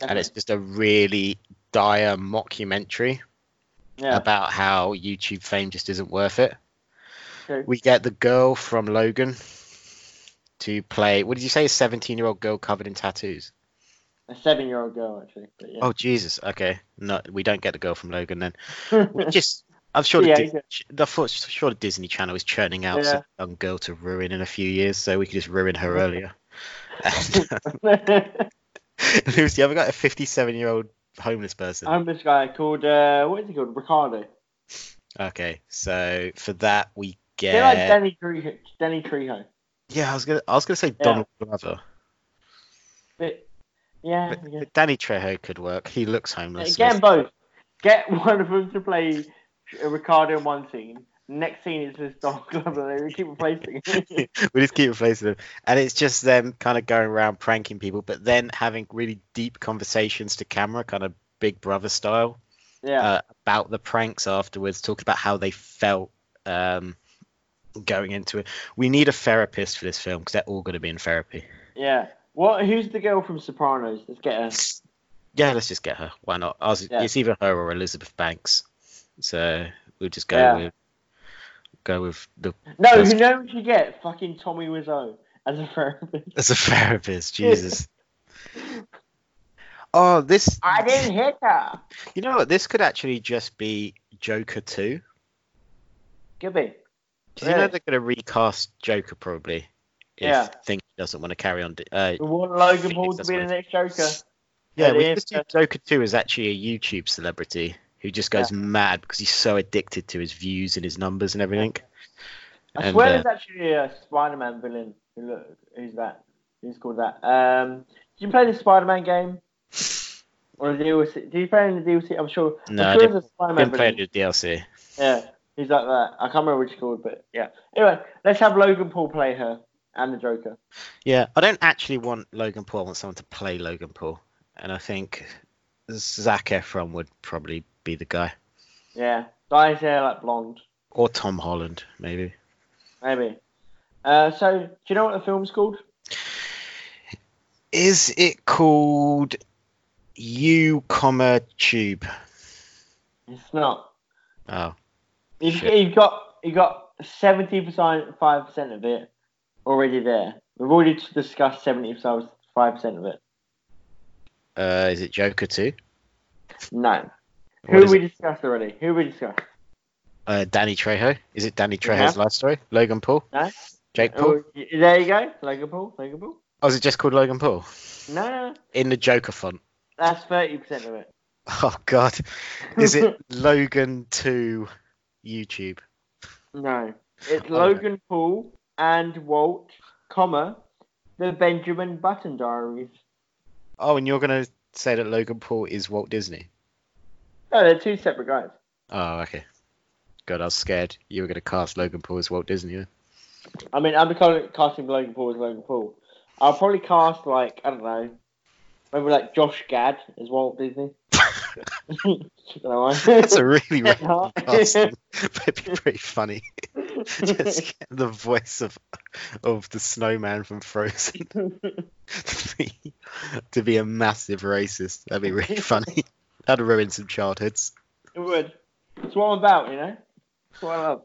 [SPEAKER 1] and it's just a really dire mockumentary
[SPEAKER 2] yeah.
[SPEAKER 1] about how YouTube fame just isn't worth it.
[SPEAKER 2] true.
[SPEAKER 1] We get the girl from Logan to play. What did you say? A seventeen-year-old girl covered in tattoos.
[SPEAKER 2] A seven-year-old girl actually. But yeah.
[SPEAKER 1] Oh Jesus. Okay, no, we don't get the girl from Logan then.
[SPEAKER 2] Oh.
[SPEAKER 1] just I'm sure the
[SPEAKER 2] Yeah,
[SPEAKER 1] Dis- the for- sure the Disney Channel is churning out
[SPEAKER 2] Yeah.
[SPEAKER 1] some young girl to ruin in a few years, so we could just ruin her earlier. uh, Who's the other guy? A 57 year old homeless person.
[SPEAKER 2] I'm this guy called uh, what is he called? Ricardo.
[SPEAKER 1] okay, so for that we
[SPEAKER 2] They're like
[SPEAKER 1] get
[SPEAKER 2] Danny Trejo. Danny Trejo.
[SPEAKER 1] Yeah, I was gonna I was gonna say
[SPEAKER 2] Yeah.
[SPEAKER 1] Donald Glover.
[SPEAKER 2] But, yeah,
[SPEAKER 1] But
[SPEAKER 2] yeah.
[SPEAKER 1] but Danny Trejo could work. He looks homeless. so
[SPEAKER 2] Get 'em both. Get one of them to play Ricardo in one scene. Next scene is just Don Glover. They keep replacing him.
[SPEAKER 1] we just keep replacing them. And it's just them kind of going around pranking people, but then having really deep conversations to camera, kind of big brother style,
[SPEAKER 2] yeah.
[SPEAKER 1] uh, about the pranks afterwards, talking about how they felt um, going into it. We need a therapist for this film because they're all going to be in therapy.
[SPEAKER 2] yeah. What? Who's the girl from Sopranos? Let's get her.
[SPEAKER 1] Yeah, let's just get her. Why not? I was,
[SPEAKER 2] Yeah.
[SPEAKER 1] It's either her or Elizabeth Banks. So we'll just go
[SPEAKER 2] Yeah.
[SPEAKER 1] with go with the
[SPEAKER 2] No,
[SPEAKER 1] That's-
[SPEAKER 2] you know what you get? Fucking Tommy Wiseau as a therapist.
[SPEAKER 1] as a therapist. Jesus. oh, this.
[SPEAKER 2] I didn't hit her.
[SPEAKER 1] You know what? This could actually just be Joker 2.
[SPEAKER 2] Could be.
[SPEAKER 1] 'Cause You know
[SPEAKER 2] Really?
[SPEAKER 1] they're going to recast Joker probably. If
[SPEAKER 2] Yeah.
[SPEAKER 1] Think he doesn't want to carry on. d- Uh,
[SPEAKER 2] We want Logan
[SPEAKER 1] Phoenix,
[SPEAKER 2] Paul to
[SPEAKER 1] that's
[SPEAKER 2] be
[SPEAKER 1] what
[SPEAKER 2] the
[SPEAKER 1] it
[SPEAKER 2] next Joker.
[SPEAKER 1] yeah,
[SPEAKER 2] Yeah,
[SPEAKER 1] we
[SPEAKER 2] they
[SPEAKER 1] just do
[SPEAKER 2] have
[SPEAKER 1] Joker 2 is actually a YouTube celebrity who just goes mad because he's so addicted to his views and his numbers and everything.
[SPEAKER 2] I
[SPEAKER 1] And,
[SPEAKER 2] swear
[SPEAKER 1] uh,
[SPEAKER 2] there's actually a Spider-Man villain. Who look, who's that? Who's called that? Um, do you play the Spider-Man game? Or the DLC? Do you play in the DLC? I'm sure.
[SPEAKER 1] No, I
[SPEAKER 2] I'm sure
[SPEAKER 1] didn't-
[SPEAKER 2] there's a Spider-Man
[SPEAKER 1] Didn't play
[SPEAKER 2] villain.
[SPEAKER 1] any of the DLC.
[SPEAKER 2] Yeah, he's like that. I can't remember which it's called, but yeah. Anyway, let's have Logan Paul play her and the Joker.
[SPEAKER 1] Yeah, I don't actually want Logan Paul. I want someone to play Logan Paul, and I think Zac Efron would probably be the guy,
[SPEAKER 2] Yeah, dye his hair like blonde,
[SPEAKER 1] or Tom Holland maybe.
[SPEAKER 2] maybe. Uh, so do you know what the film's called?
[SPEAKER 1] Is it called U, comma Tube?
[SPEAKER 2] It's not.
[SPEAKER 1] Oh,
[SPEAKER 2] You've,
[SPEAKER 1] Shit.
[SPEAKER 2] you've got you got seventy percent, five percent of it already there. We've already discussed seventy percent, five percent of it.
[SPEAKER 1] uh, is it Joker too?
[SPEAKER 2] No.
[SPEAKER 1] What
[SPEAKER 2] Who
[SPEAKER 1] is
[SPEAKER 2] we
[SPEAKER 1] it?
[SPEAKER 2] discussed already? Who we discussed?
[SPEAKER 1] Uh, Danny Trejo? Is it Danny Trejo's life story? Logan Paul?
[SPEAKER 2] No.
[SPEAKER 1] Jake Paul?
[SPEAKER 2] Oh, y- there you go. Logan Paul. Logan Paul.
[SPEAKER 1] Oh, is it just called Logan Paul
[SPEAKER 2] No, no, no.
[SPEAKER 1] in the Joker font?
[SPEAKER 2] that's thirty percent of it.
[SPEAKER 1] Oh God, is it Logan to YouTube?
[SPEAKER 2] No. It's
[SPEAKER 1] Okay.
[SPEAKER 2] Logan Paul and Walt, comma, the Benjamin Button Diaries.
[SPEAKER 1] Oh, and you're gonna say that Logan Paul is Walt Disney?
[SPEAKER 2] No, they're two separate guys.
[SPEAKER 1] Oh, okay. God, I was scared you were going to cast Logan Paul as Walt Disney. then.
[SPEAKER 2] I mean, I'm ca- casting Logan Paul as Logan Paul. I'll probably cast like I don't know, maybe like Josh Gad as Walt Disney. Don't know why.
[SPEAKER 1] That's a really random
[SPEAKER 2] Yeah.
[SPEAKER 1] casting. That'd be pretty funny. Just get the voice of of the snowman from Frozen to be, to be a massive racist. That'd be really funny. That'd ruin some childhoods.
[SPEAKER 2] it would. It's what I'm about, you know. It's what I love.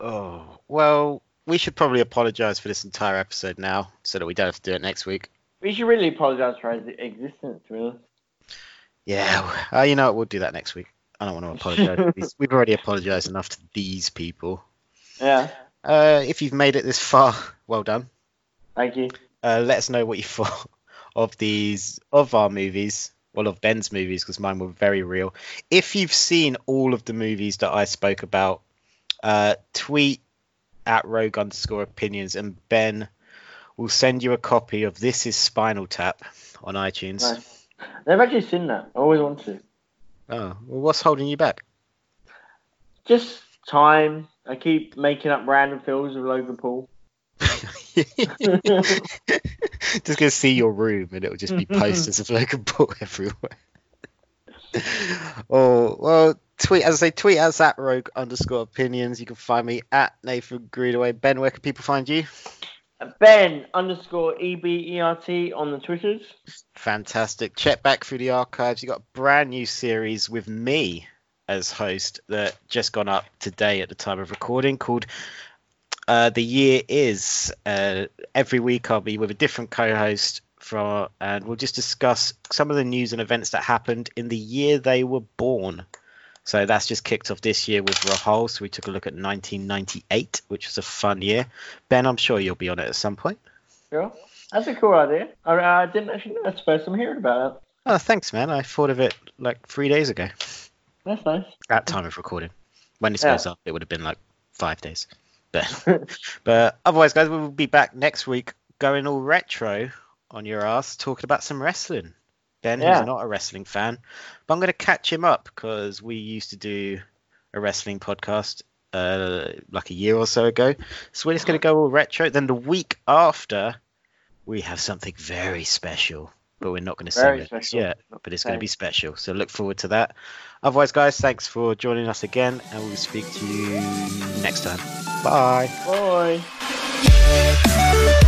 [SPEAKER 1] Oh well, we should probably apologise for this entire episode now, so that we don't have to do it next week.
[SPEAKER 2] We should really apologise for his existence, really.
[SPEAKER 1] Yeah, uh, you know what? We'll do that next week. I don't want to apologise. We've already apologised enough to these people.
[SPEAKER 2] Yeah.
[SPEAKER 1] Uh, if you've made it this far, well done.
[SPEAKER 2] Thank you.
[SPEAKER 1] Uh, let us know what you thought of these of our movies. Well, of Ben's movies because mine were very real. If you've seen all of the movies that I spoke about, uh, tweet at rogue underscore opinions and Ben will send you a copy of This Is Spinal Tap on iTunes.
[SPEAKER 2] Nice. They've actually seen that. I always wanted to.
[SPEAKER 1] Oh, well, what's holding you back?
[SPEAKER 2] Just time. I keep making up random films of Logan Paul.
[SPEAKER 1] just gonna see your room and it'll just be posters of Logan Paul everywhere. oh well, tweet as I say, tweet us at rogue underscore opinions. You can find me at Nathan Greenaway. Ben, where can people find you?
[SPEAKER 2] Ben underscore E B E R T on the Twitters.
[SPEAKER 1] Fantastic. Check back through the archives. You got a brand new series with me as host that just gone up today at the time of recording called uh, The Year Is. Uh, every week I'll be with a different co host from and we'll just discuss some of the news and events that happened in the year they were born. So that's just kicked off this year with Rahul. So we took a look at 1998, which was a fun year. Ben, I'm sure you'll be on it at some point.
[SPEAKER 2] Sure. That's a cool idea. I, I didn't actually know. That's the first I'm hearing about it.
[SPEAKER 1] Oh, thanks, man. I thought of it like three days ago.
[SPEAKER 2] That's nice.
[SPEAKER 1] At time of recording. When this
[SPEAKER 2] Yeah.
[SPEAKER 1] goes up, it would have been like five days. But, but otherwise, guys, we will be back next week going all retro on your ass, talking about some wrestling. Ben,
[SPEAKER 2] Yeah.
[SPEAKER 1] who's not a wrestling fan, but I'm going to catch him up because we used to do a wrestling podcast uh, like a year or so ago. So we're just going to go all retro. Then the week after, we have something very special, but we're not going to say
[SPEAKER 2] Very
[SPEAKER 1] it
[SPEAKER 2] special.
[SPEAKER 1] yet. But it's going to be special. So look forward to that. Otherwise, guys, thanks for joining us again, and we'll speak to you next time. Bye.
[SPEAKER 2] Bye.
[SPEAKER 3] Yeah.